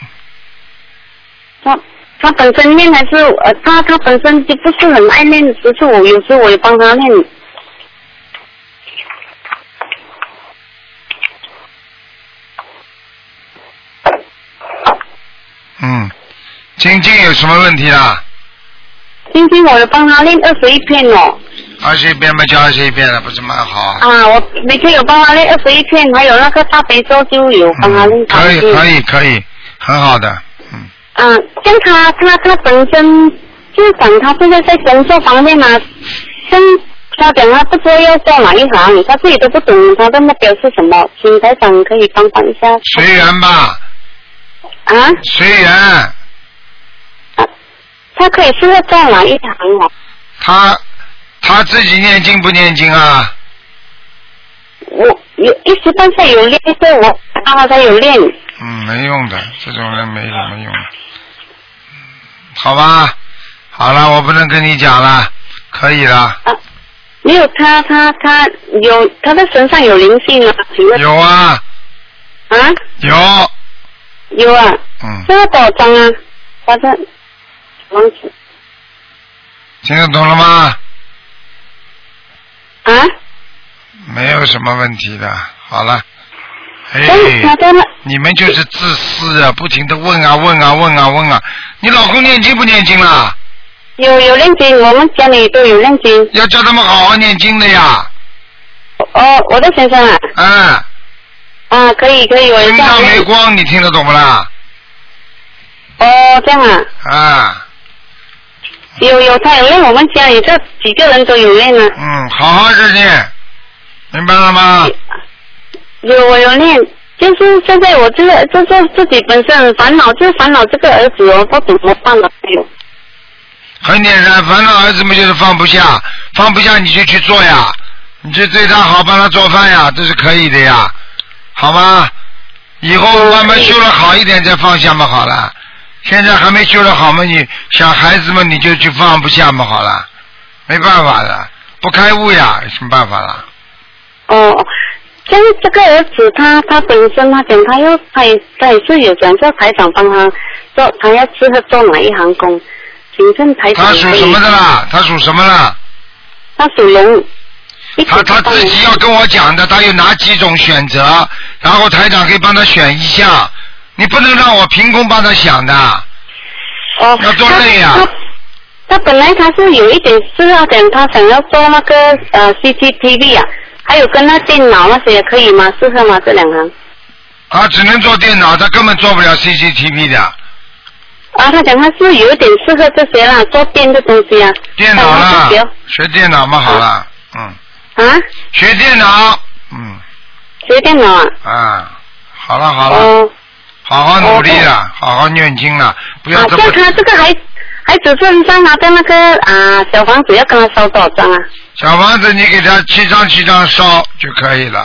S6: 他他本身念还是呃，他他本身就不是很爱念，只是我有时候我也帮他念。
S1: 嗯，精进有什么问题啦？
S6: 今天我也帮他念二十一遍哦。
S1: 二十一遍嘛，就二十一遍了，不是蛮好啊？
S6: 啊，我每天有帮他练二十一片，还有那个大悲咒就有帮他
S1: 嗯
S6: 练
S1: 可以
S6: 遍。
S1: 可以可以，很好的，嗯。
S6: 嗯，像他他他本身就讲他现在在工作方面嘛，像他讲他不知道要做哪一行，他自己都不懂他的目标是什么，请台长可以帮帮一下
S1: 随缘吧，
S6: 啊？
S1: 随缘。
S6: 他可以适合做哪一行哦？
S1: 他他自己念经不念经啊？
S6: 我有一时半会有练过，我看他才有练。
S1: 嗯，没用的，这种人没什么用。好吧，好了，我不能跟你讲了，可以了。
S6: 没有他，他他有他的身上有灵性啊？请问
S1: 有啊，
S6: 啊？
S1: 有，
S6: 有啊。
S1: 嗯，
S6: 这个多少张啊？反正忘记
S1: 听得懂了吗？
S6: 啊。
S1: 没有什么问题的，好了。哎
S6: 但，是他在那
S1: 你们就是自私啊，不停的问啊问啊问啊问啊。你老公念经不念经啊啦？
S6: 有有练经，我们家里都有练经。
S1: 要叫他们好好念经的呀。
S6: 哦，我的先生啊，
S1: 嗯，
S6: 啊，可以可以，我
S1: 身
S6: 家
S1: 上没
S6: 里。
S1: 光，你听得懂不啦？
S6: 哦，这样啊，
S1: 啊，
S6: 有有他有练，我们家里这几个人都有练啊。
S1: 嗯，好好的念，明白了吗？
S6: 有我有练，就是现在我这个就是自己本身很烦恼，就是烦恼这个儿子哦，不懂怎么办了。哎呦，
S1: 很简单，烦恼儿子们就是放不下，放不下你就去做呀，你就对他好，帮他做饭呀，这是可以的呀，好吗？以后慢慢修了好一点再放下嘛，好了。现在还没修得好嘛，你小孩子们你就去放不下嘛，好了，没办法的，不开悟呀，有什么办法啦？
S6: 哦，像这个儿子他他本身他讲他要他也他也是有讲叫台长帮他做，他要适合做哪一行工？请问台长
S1: 他属
S6: 可以
S1: 什么的啦？他属什么啦？
S6: 他属龙。一
S1: 他
S6: 直
S1: 他
S6: 到
S1: 自己要跟我讲的，他有哪几种选择，然后台长可以帮他选一下。你不能让我凭空帮他想的，
S6: 哦，
S1: 要多累啊呀
S6: 他他他本来他是有一点事要讲，他想要做那个呃 CCTV 啊，还有跟那电脑那些可以吗？适合吗？这两行？
S1: 他只能做电脑，他根本做不了 CCTV 的。
S6: 啊，他讲他是有一点适合这些啦，做电的东西啊。
S1: 电脑
S6: 但他
S1: 啦
S6: 不学，
S1: 学电脑嘛，好了，嗯，
S6: 啊，
S1: 学电脑，嗯
S6: 学电脑啊。
S1: 啊，好了好了，
S6: 哦。
S1: 好好努力了，好好念经了，不要
S6: 啊，
S1: 这
S6: 像
S1: 么
S6: 他这个还还只是让他的那个啊小房子要跟他烧多少张啊？
S1: 小房子，你给他七张七张烧就可以了，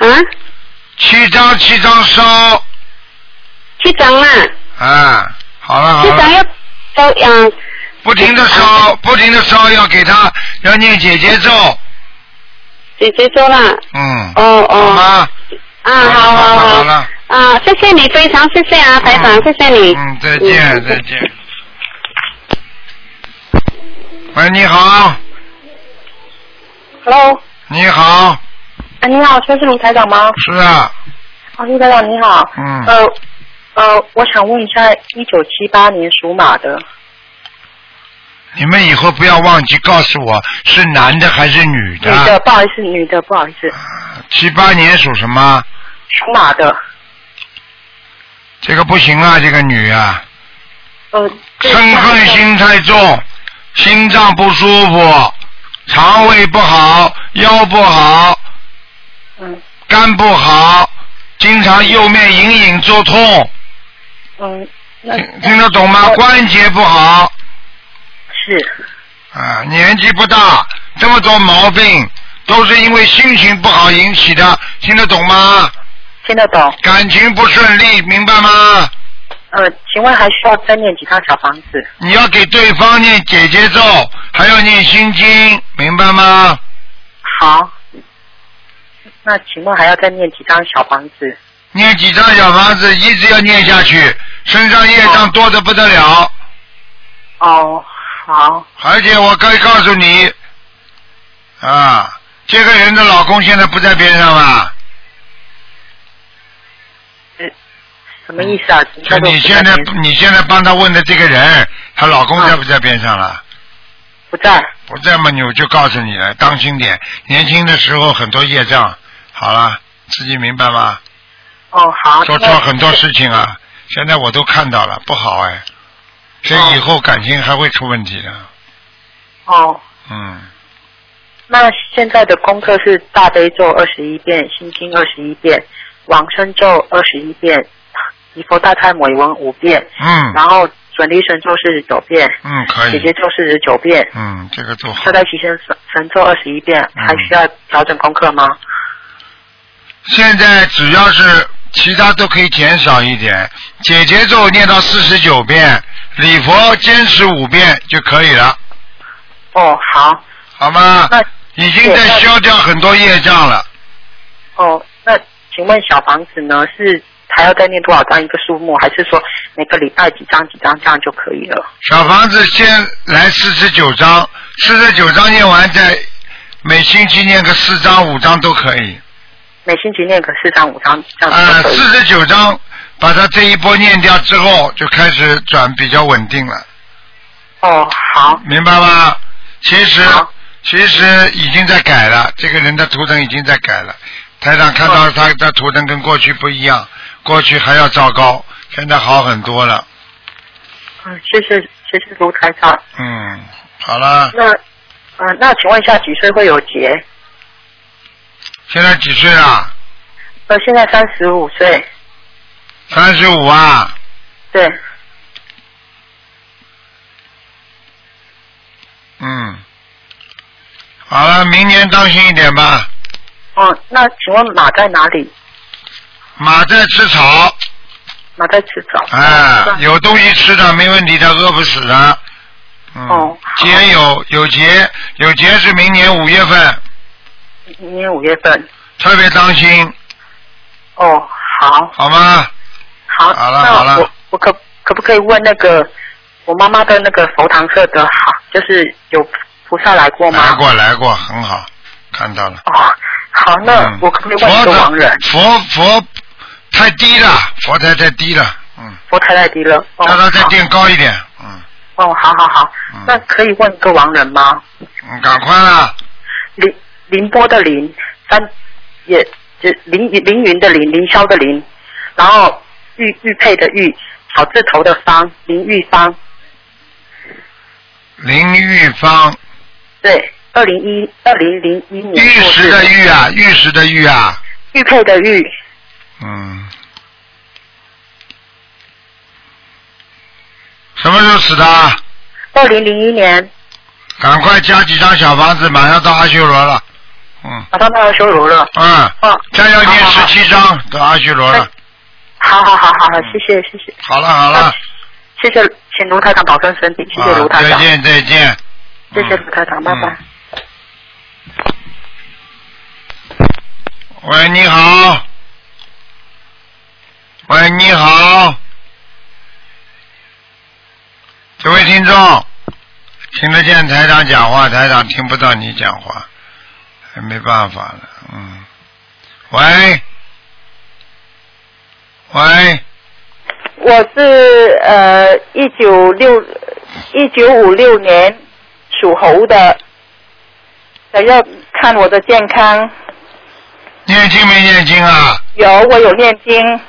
S6: 啊，
S1: 七张七张烧，
S8: 去讲嘛，
S1: 啊，好了好
S8: 去讲
S1: 了，
S8: 要烧嗯
S1: 不停的烧，不停的烧，要给他要念姐姐咒，
S8: 姐姐说啦，
S1: 嗯，
S8: 哦
S1: 好
S8: 哦，
S1: 吗？
S8: 啊好
S1: 好
S8: 好
S1: 了好
S8: 好，
S1: 了，
S8: 啊谢谢你，非常谢谢啊台长，
S1: 嗯
S8: 谢谢你，
S1: 嗯，再见再见。喂，你好，
S3: Hello，
S1: 你好，
S3: 哎，你好，这是卢台长吗？
S1: 是啊，
S3: 啊，卢台长你好。
S1: 嗯
S3: 呃呃，我想问一下，一九七八年属马
S1: 啊
S3: 的
S1: 你们以后不要忘记告诉我是男的还是女
S3: 女的，不好意思，女的，不好意
S1: 啊
S3: 思，
S1: 七八年属什么？
S3: 属马的。
S1: 这个不行啊，这个女啊，
S3: 呃，这
S1: 嗔恨心太重，心脏不舒服，肠胃不好，腰不好，
S3: 嗯
S1: 肝不好，经常右面隐隐作痛，
S3: 嗯，那
S1: 听听得懂吗？
S3: 我
S1: 关节不好
S3: 是
S1: 啊，年纪不大，这么多毛病，都是因为心情不好引起的，听得懂吗？
S3: 听得懂。
S1: 感情不顺利，明白吗？
S3: 呃，请问还需要再念几套小房子？
S1: 你要给对方念姐姐咒，还要念心经，明白吗？
S3: 好。那请问还要再念几张小房子？
S1: 念几张小房子，一直要念下去，身上业障多的不得了。
S3: 哦，好，
S1: 而且我可以告诉你，啊，这个人的老公现在不在边上吧？
S3: 什么意思啊？
S1: 嗯就你现在你现在帮他问的这个人，她老公在不在边上了？
S3: 嗯不在？
S1: 不在嘛，你我就告诉你了，当心点。年轻的时候很多业障，好了，自己明白吗？
S3: 哦，好。
S1: 做
S3: 那
S1: 错很多事情啊，现在我都看到了，不好哎，这
S3: 哦
S1: 以后感情还会出问题的，
S3: 哦，
S1: 嗯。
S3: 那现在的功课是大悲咒二十一遍，心经二十一遍，往生咒二十一遍，礼佛大忏悔文五遍，
S1: 嗯
S3: 然后准提神咒四十九遍，
S1: 嗯，可
S3: 姐
S1: 以
S3: 姐。咒四十九遍，
S1: 嗯，这个做好
S3: 消。灾吉祥神神咒二十一遍，
S1: 嗯
S3: 还需要调整功课吗？
S1: 现在只要是其他都可以减少一点，姐姐咒念到四十九遍，礼佛坚持五遍就可以了，
S3: 哦，好，
S1: 好吗
S3: 那？
S1: 已经在消掉很多业障了。
S3: 哦，那请问小房子呢？是还要再念多少张一个数目，还是说每个礼拜几张几张这样就可以了？
S1: 小房子先来四十九章，四十九章念完再每星期念个四章五章都可以。
S3: 每星期念个四张五张这样
S1: 啊
S3: 子，都可以。
S1: 四十九章把它这一波念掉之后，就开始转比较稳定了。
S3: 哦，好，
S1: 明白吗？其实
S3: 好
S1: 其实已经在改了，这个人的图腾已经在改了。台长看
S3: 嗯
S1: 到他的图腾跟过去不一样，过去还要糟糕，现在好很多了。
S3: 嗯，谢谢谢谢卢台长。
S1: 嗯，好了，
S3: 那嗯，那请问一下几岁会有结？
S1: 现在几岁了？
S3: 呃，现在三十五岁，
S1: 三十五啊，
S3: 对，
S1: 嗯，好了，明年当心一点吧。
S3: 哦，那请问马在哪里？
S1: 马在吃草，
S3: 马在吃草。
S1: 哎
S3: 是吧，
S1: 有东西吃的，没问题的，饿不死的。嗯
S3: 哦，好
S1: 节有有节，有节是明年五月份，
S3: 明年五月份。
S1: 特别当心，
S3: 哦，好，
S1: 好吗？
S3: 好，
S1: 好了
S3: 那
S1: 好了
S3: 我我可可不可以问那个我妈妈的那个佛堂社的好，就是有菩萨来过吗？
S1: 来过来过，很好，看到了。
S3: 哦，好，那
S1: 嗯
S3: 我可不可以问一个亡人？
S1: 佛佛佛太低了，佛台太低了，嗯，
S3: 佛太太低了。哦，
S1: 让他再
S3: 好
S1: 垫高一点，嗯，
S3: 哦，好好好，
S1: 嗯
S3: 那可以问一个亡人吗？
S1: 嗯赶快啦，
S3: 林林波的林，三也就凌凌云的凌，凌霄的凌，然后玉玉佩的玉，草字头的方，林玉芳，
S1: 林玉芳，
S3: 对，二零一二零零一年
S1: 玉
S3: 过
S1: 石
S3: 世
S1: 的玉啊，玉石的玉啊，
S3: 玉佩的玉，
S1: 嗯，什么时候死的？
S3: 二零零一年
S1: 赶快加几张小房子，马上到阿修罗了，嗯
S3: 马上到要修罗了。
S1: 嗯，
S3: 哦，
S1: 再要念
S3: 好好
S1: 十
S3: 好
S1: 七张到阿修罗了，
S3: 好好好好好，谢谢谢谢
S1: 嗯好了好了，
S3: 谢谢，请卢台长保重身体，谢谢卢台
S1: 啊再
S3: 长，
S1: 见再见。
S3: 谢谢卢台长，拜拜。
S1: 喂，你好。喂，你好。这位听众，听得见台长讲话，台长听不到你讲话，还没办法了，嗯。喂，喂，
S9: 我是呃一九六一九五六年属猴的，想要看我的健康。
S1: 念经没念经啊？
S9: 有，我有念经，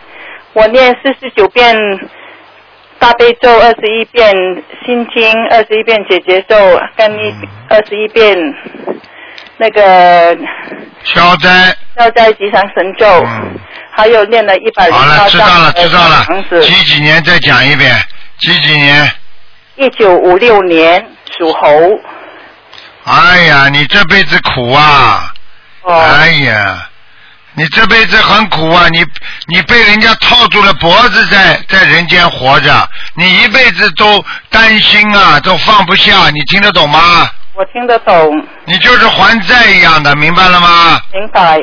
S9: 我念四十九遍大悲咒，二十一遍心经，二十一遍解结咒，跟一
S1: 嗯
S9: 二十一遍那个
S1: 消灾。
S9: 消灾吉祥神咒，
S1: 嗯，
S9: 还有念了一百零
S1: 好了，
S9: 八
S1: 啊知道了，知
S9: 张
S1: 道
S9: 的
S1: 了
S9: 房子。。
S1: 几几年再讲一遍？几几年？
S9: 一九五六年属猴。
S1: 哎呀，你这辈子苦啊！
S9: 哦，
S1: 哎呀，你这辈子很苦啊！你你被人家套住了脖子在在人间活着，你一辈子都担心啊，都放不下，你听得懂吗？
S9: 我听得懂，
S1: 你就是还债一样的，明白了吗？
S9: 明白。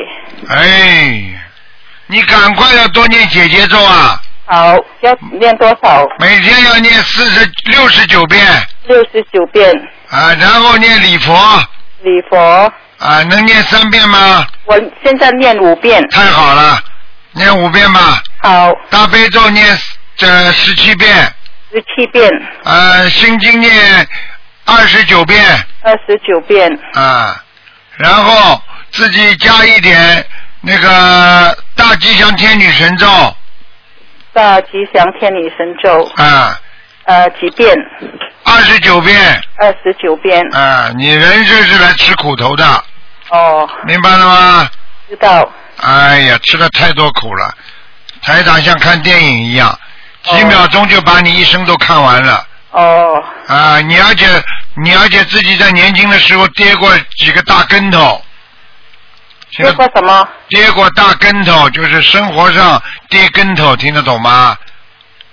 S1: 哎，你赶快要多念姐姐咒啊，
S9: 好，要念多少？
S1: 每天要念四十六十九遍
S9: 六十九遍
S1: 啊，然后念礼佛
S9: 礼佛，
S1: 啊，能念三遍吗？
S9: 我现在念五遍。
S1: 太好了，念五遍吧。
S9: 好，
S1: 大悲咒念这十七遍，
S9: 十七遍，
S1: 呃，心经念二十九遍
S9: 二十九遍，
S1: 啊，然后自己加一点那个大吉祥天女神咒
S9: 大吉祥天女神咒，
S1: 啊，
S9: 呃，几遍？
S1: 二十九遍
S9: 二十九遍。
S1: 啊，你人生是来吃苦头的，
S9: 哦，
S1: 明白了吗？
S9: 知道。
S1: 哎呀，吃了太多苦了，台长像看电影一样，几秒钟就把你一生都看完了。
S9: 哦，
S1: 啊，你而且你而且自己在年轻的时候跌过几个大跟头，听
S9: 这
S1: 得
S9: 个什么？
S1: 跌过大跟头就是生活上跌跟头，听得懂吗？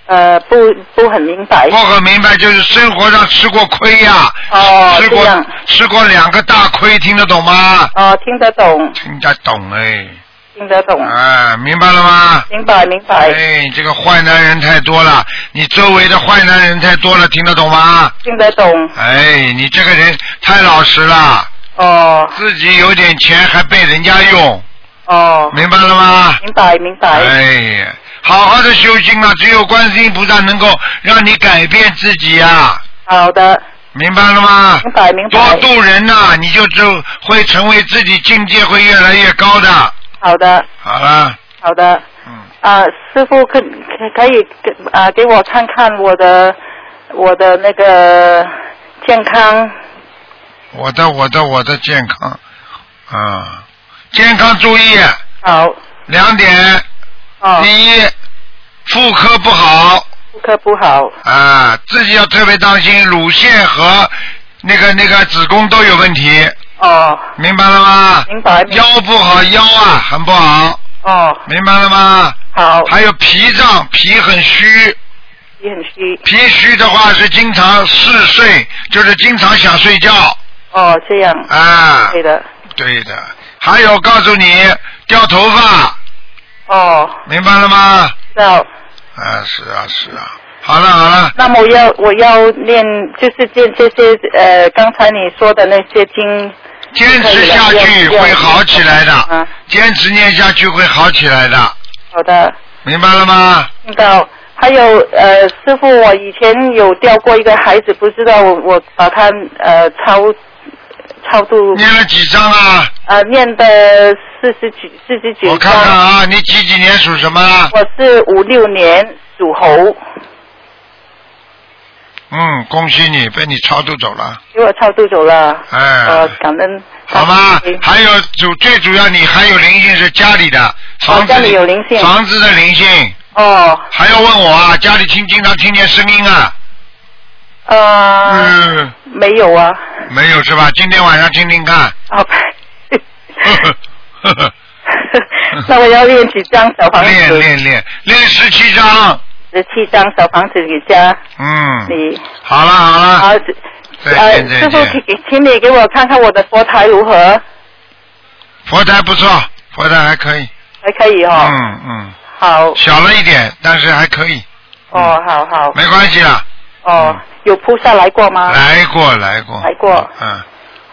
S9: 呃，不不很明白
S1: 我。很明白，就是生活上吃过亏呀、
S9: 哦
S1: 吃
S9: 这
S1: 过
S9: 样
S1: 吃过两个大亏，听得懂吗？
S9: 哦，听得懂，
S1: 听得懂哎，
S9: 听得懂，
S1: 啊，明白了吗？
S9: 明白明白，
S1: 哎，这个坏男人太多了，你周围的坏男人太多了，听得懂吗？
S9: 听得懂。
S1: 哎，你这个人太老实了。
S9: 哦
S1: 自己有点钱还被人家用，
S9: 哦，
S1: 明白了吗？
S9: 明白明白。
S1: 哎呀，好好的修心啊，只有观世音菩萨能够让你改变自己啊，
S9: 好的，
S1: 明白了吗？
S9: 明白明
S1: 多
S9: 白。
S1: 度人呐、你就就会成为自己境界会越来越高的。
S9: 好的
S1: 好了，
S9: 好的。
S1: 嗯，
S9: 啊，师傅可可可以给啊给我看看我的我的那个健康。
S1: 我的我的我的健康，啊，健康注意
S9: 好
S1: 两点，
S9: 哦，
S1: 第一，妇科不好，
S9: 妇科不好。
S1: 啊，自己要特别当心，乳腺和那个那个子宫都有问题，
S9: 哦，
S1: 明白了吗？
S9: 明白。明
S1: 腰不好，腰啊很不好，
S9: 哦，
S1: 明白了吗？
S9: 好，
S1: 还有脾脏，脾很虚，
S9: 也很虚。
S1: 脾虚的话是经常嗜睡，就是经常想睡觉
S9: 哦，这样。
S1: 啊
S9: 对。的。
S1: 对的，还有告诉你掉头发，
S9: 哦，
S1: 明白了吗？
S9: 知道。
S1: 啊，是啊是啊，好了好了，
S9: 那么我要我要练，就是练这些呃，刚才你说的那些经。
S1: 坚持下去会好起来的
S9: 嗯，
S1: 坚持念下去会好起来的。
S9: 好的。
S1: 明白了吗？
S9: 听到。还有呃，师傅，我以前有掉过一个孩子，不知道我我把他呃超超度
S1: 念了几张啊？
S9: 呃念的四十九四十九
S1: 我看看
S9: 章，
S1: 啊，你几几年属什么啊？
S9: 我是五六年属猴，
S1: 嗯，恭喜你，被你超度走了。
S9: 给我超度走了，
S1: 哎
S9: 呃，，感恩。
S1: 好吧
S9: 感恩。
S1: 还有主最主要，你还有灵性是家里的房子
S9: 哦家里有灵性
S1: 房子的灵性，
S9: 哦，
S1: 还要问我啊，家里听经常听见声音啊？
S9: 呃，
S1: 嗯，
S9: 没有啊，
S1: 没有 是吧？今天晚上听听看。
S9: 好，
S1: 呵呵呵呵
S9: 那我要练几张小房
S1: 练
S9: 子？
S1: 练练练十七张，
S9: 十七张小房子给家
S1: 嗯，
S9: 里。
S1: 好了好
S9: 好
S1: 了，，
S9: 呃
S1: 再见，再
S9: 师傅，
S1: 见。
S9: 请请你给我看看我的佛台如何，
S1: 佛台不错，佛台还可以，
S9: 还可以哦。
S1: 嗯嗯，
S9: 好，
S1: 小了一点，但是还可以，
S9: 哦，好好，
S1: 没关系嗯啦，
S9: 哦，有菩萨来过吗？
S1: 来过来过，
S9: 来过
S1: 嗯，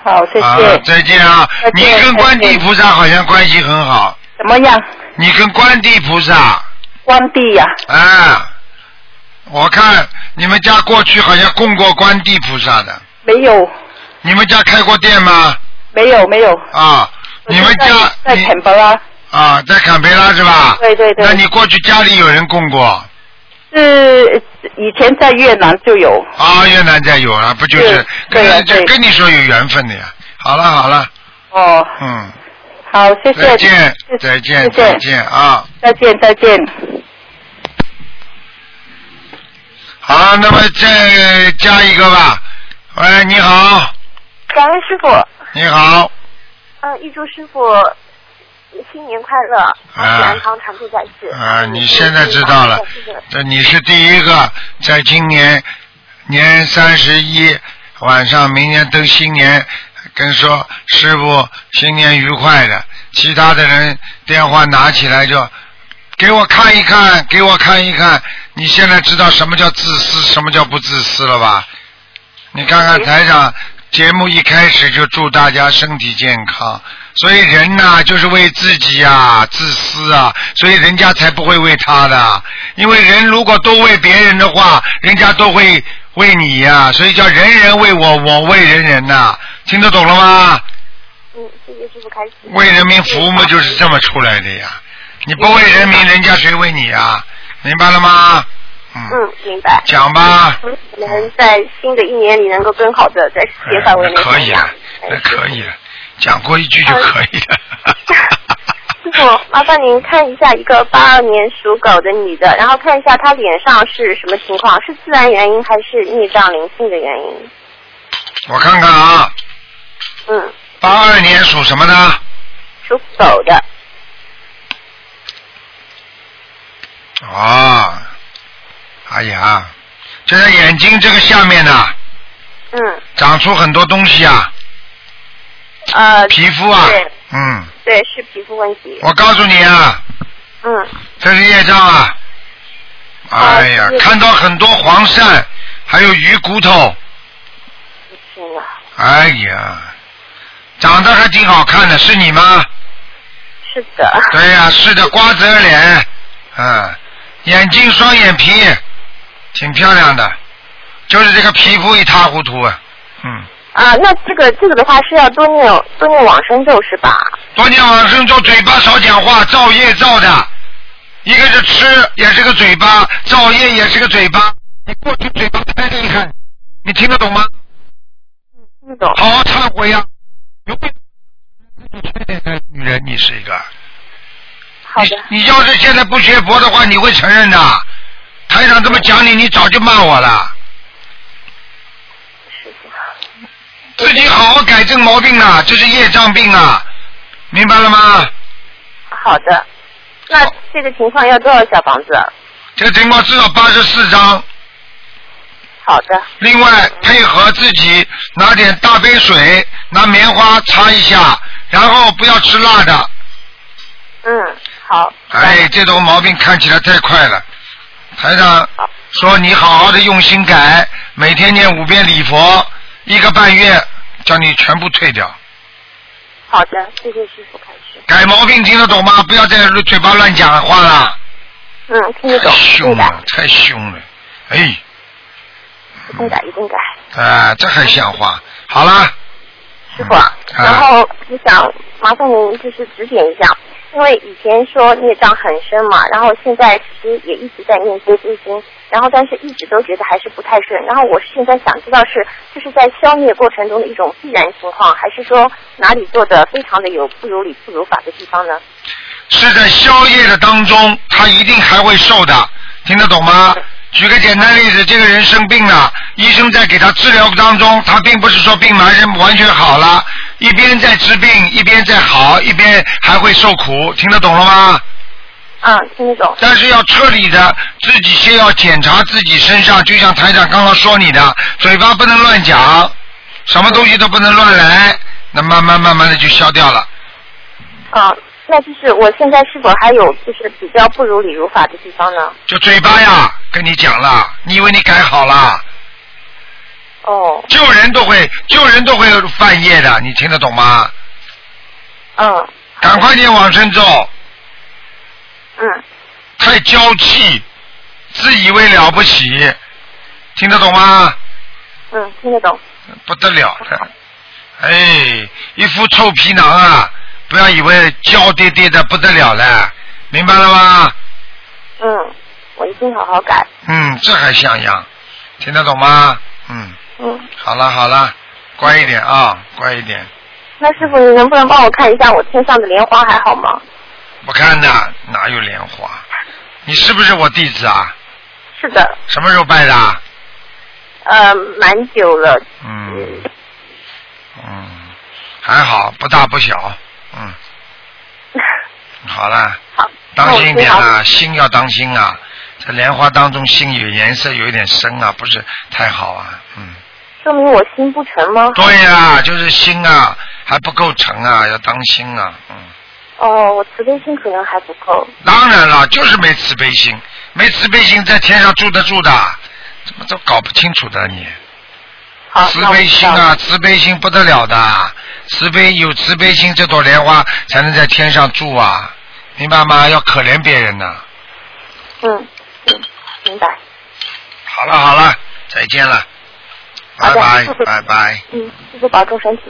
S9: 好，谢
S1: 好，
S9: 谢。
S1: 再见啊
S9: 再！
S1: 你
S9: 见
S1: 跟观
S9: 再
S1: 地
S9: 见
S1: 菩萨好像关系很好，
S9: 怎么样？
S1: 你跟观地菩萨，
S9: 关帝呀、
S1: 啊，我看你们家过去好像供过观地菩萨的，
S9: 没有，
S1: 你们家开过店吗？
S9: 没有，没有。
S1: 啊，你们
S9: 在
S1: 家
S9: 在
S1: 你
S9: 肯伯拉，
S1: 啊，在坎培拉是吧？
S9: 对对对
S1: 那你过去家里有人供过
S9: 是以前在越南就有。
S1: 啊？越南再有啊，不就是
S9: 是？
S1: 跟
S9: 对呀
S1: 这
S9: 对
S1: 跟你说有缘分的呀。好了好了，
S9: 哦，
S1: 嗯，
S9: 好，谢谢，
S1: 再见
S9: 谢
S1: 再见
S9: 谢
S1: 再
S9: 谢，
S1: 见啊！
S9: 再见，再见。
S1: 好，那么再加一个吧。喂，你好，
S10: 感恩师傅，
S1: 你好，
S10: 呃，预祝师傅新年快乐，身体安康，长处在世。
S1: 啊，你现在知道了
S10: 谢谢，
S1: 这你是第一个在今年年三十一晚上，明年都新年，跟说师傅新年愉快的，其他的人电话拿起来就给我看一看，给我看一看，你现在知道什么叫自私，什么叫不自私了吧？你看看台长节目一开始就祝大家身体健康，所以人呐、就是为自己呀、自私啊，所以人家才不会为他的，因为人如果都为别人的话，人家都会为你呀、所以叫人人为我，我为人人呐、听得懂了吗？
S10: 嗯，谢谢师傅开始。
S1: 为人民服务嘛，就是这么出来的呀。你不为人
S10: 嗯
S1: 民，人家谁为你啊？明白了吗？嗯，
S10: 嗯，明白。
S1: 讲吧。
S10: 我们可能在新的一年里能够更好的在世界范围内
S1: 那哎可
S10: 成
S1: 以啊
S10: 长
S1: 了，那可以了，讲过一句就
S10: 嗯
S1: 可以 了。
S10: 师傅，麻烦您看一下一个八二年属狗的女的，然后看一下她脸上是什么情况，是自然原因还是孽障灵性的原因？
S1: 我看看啊，
S10: 嗯，
S1: 八二年属什么呢？
S10: 属狗的，
S1: 啊，哎呀，这个眼睛这个下面呢、
S10: 嗯，
S1: 长出很多东西啊，
S10: 呃，
S1: 皮肤啊
S10: 对，
S1: 嗯，
S10: 对，是皮肤问题，
S1: 我告诉你啊，
S10: 嗯，
S1: 这是业障啊。哎呀
S10: 啊是，
S1: 看到很多黄鳝，还有鱼骨头，
S10: 天哪，
S1: 哎呀，长得还挺好看的，是你吗？
S10: 是的，
S1: 对呀、是的，瓜子脸，嗯，眼睛双眼皮，挺漂亮的，就是这个皮肤一塌糊涂啊，嗯，
S10: 啊，那这个这个的话是要多念多念往生咒是吧？
S1: 多念往生咒，嘴巴少讲话，造业造的，一个是吃也是个嘴巴，造业也是个嘴巴，你过去嘴巴太厉害，你听得懂吗？
S10: 听得懂，
S1: 好好忏悔呀、有病，你缺点的女人，你是一个。
S10: 好的，
S1: 你你要是现在不学佛的话，你会承认的。台长这么讲你，你早就骂我了。自己好好改正毛病啊，这是业障病啊，明白了吗？
S10: 好的，那这个情况要多少小房子？
S1: 这个情况至少八十四章。
S10: 好的，
S1: 另外，配合自己拿点大杯水，拿棉花擦一下，然后不要吃辣的。
S10: 嗯，好，
S1: 哎，这种毛病看起来太快了。台长
S10: 好
S1: 说你好好的用心改，每天念五遍礼佛，一个半月，叫你全部退掉。
S10: 好的，谢谢师傅开始，
S1: 改毛病听得懂吗？不要再嘴巴乱讲话了。
S10: 嗯，听得
S1: 太
S10: 懂，
S1: 凶
S10: 明白。
S1: 了，太凶了。哎，
S10: 一定改，一定改，
S1: 啊，这还像话？好啦，
S10: 师傅啊。
S1: 嗯
S10: 然后就想麻烦您就是指点一下，因为以前说孽障很深嘛，然后现在其实也一直在念经修心，然后但是一直都觉得还是不太顺。然后我现在想知道是就是在消灭过程中的一种必然情况，还是说哪里做的非常的有不如理不如法的地方呢？
S1: 是在宵夜的当中，他一定还会瘦的，听得懂吗？举个简单例子，这个人生病了，医生在给他治疗当中，他并不是说病完人完全好了，一边在治病，一边在好，一边还会受苦，听得懂了吗？
S10: 嗯，听得懂。
S1: 但是要彻底的，自己先要检查自己身上，就像台长刚刚说你的，嘴巴不能乱讲，什么东西都不能乱来，那慢慢慢慢的就消掉了。
S10: 啊，那就是我现在是否还有就是比较不如理如法的地方呢？
S1: 就嘴巴呀，跟你讲了，你以为你改好了？
S10: 哦，
S1: 救人都会救人都会犯业的，你听得懂吗？
S10: 嗯
S1: 赶快念往生咒，
S10: 嗯，
S1: 太娇气，自以为了不起，听得懂吗？
S10: 嗯，听得懂。
S1: 不得了 的，哎，一副臭皮囊啊！不要以为娇滴滴的不得了了，明白了吗？
S10: 嗯，我一定好好改。
S1: 嗯，这还像样，听得懂吗？嗯，
S10: 嗯，
S1: 好了好了，乖一点啊，乖一点。
S10: 那师傅，你能不能帮我看一下我天上的莲花还好吗？
S1: 我看呐，哪有莲花？你是不是我弟子啊？
S10: 是的，
S1: 什么时候拜的啊？
S10: 呃，蛮久了。
S1: 嗯，嗯，还好，不大不小， 嗯，好了，当心一点
S10: 那我知道
S1: 啊，心要当心啊，这莲花当中心有颜色有一点深啊，不是太好啊，嗯，
S10: 说明我心不诚吗？
S1: 对呀、就是心啊还不够沉啊，要当心啊，嗯，
S10: 哦，我慈悲心可能还不够。
S1: 当然了，就是没慈悲心，没慈悲心在天上住得住的，怎么都搞不清楚的你。
S10: 好，
S1: 慈
S10: 那我
S1: 悲
S10: 知
S1: 心
S10: 道
S1: 啊，
S10: 了。
S1: 慈悲心不得了的，慈悲有慈悲心，这朵莲花才能在天上住啊，明白吗？要可怜别人呢、
S10: 嗯，嗯，明白。
S1: 好了好了，再见了，拜
S10: 好的
S1: 拜
S10: 师傅
S1: 拜拜。
S10: 嗯，师傅保重身体。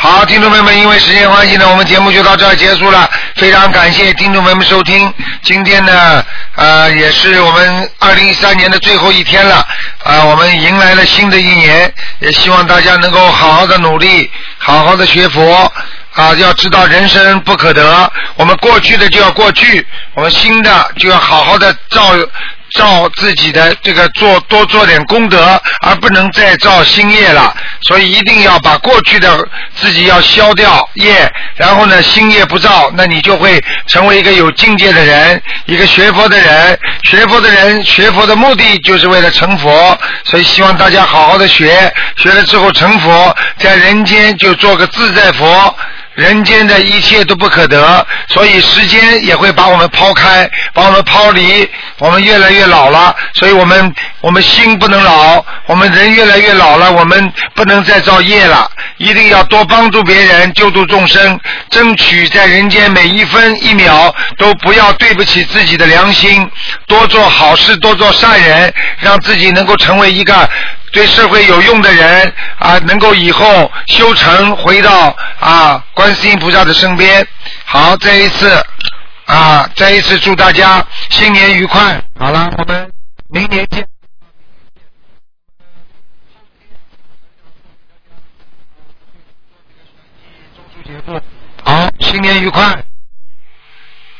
S1: 好，听众朋友们，因为时间关系呢，我们节目就到这儿结束了。非常感谢听众朋友们收听。今天呢，呃，也是我们二零一三年的最后一天了，啊、我们迎来了新的一年，也希望大家能够好好的努力，好好的学佛。啊，要知道人生不可得，我们过去的就要过去，我们新的就要好好的照照自己的这个做多做点功德，而不能再造新业了。所以一定要把过去的自己要消掉业，然后呢新业不造，那你就会成为一个有境界的人，一个学佛的人。学佛的人学佛的目的就是为了成佛，所以希望大家好好的学，学了之后成佛，在人间就做个自在佛。人间的一切都不可得，所以时间也会把我们抛开，把我们抛离。我们越来越老了，所以我们我们心不能老，我们人越来越老了，我们不能再造业了，一定要多帮助别人，救度众生，争取在人间每一分一秒都不要对不起自己的良心，多做好事，多做善人，让自己能够成为一个对社会有用的人啊，能够以后修成回到啊观世音菩萨的身边。好，这一次啊，再一次祝大家新年愉快。好了，我们明年见。好，新年愉快。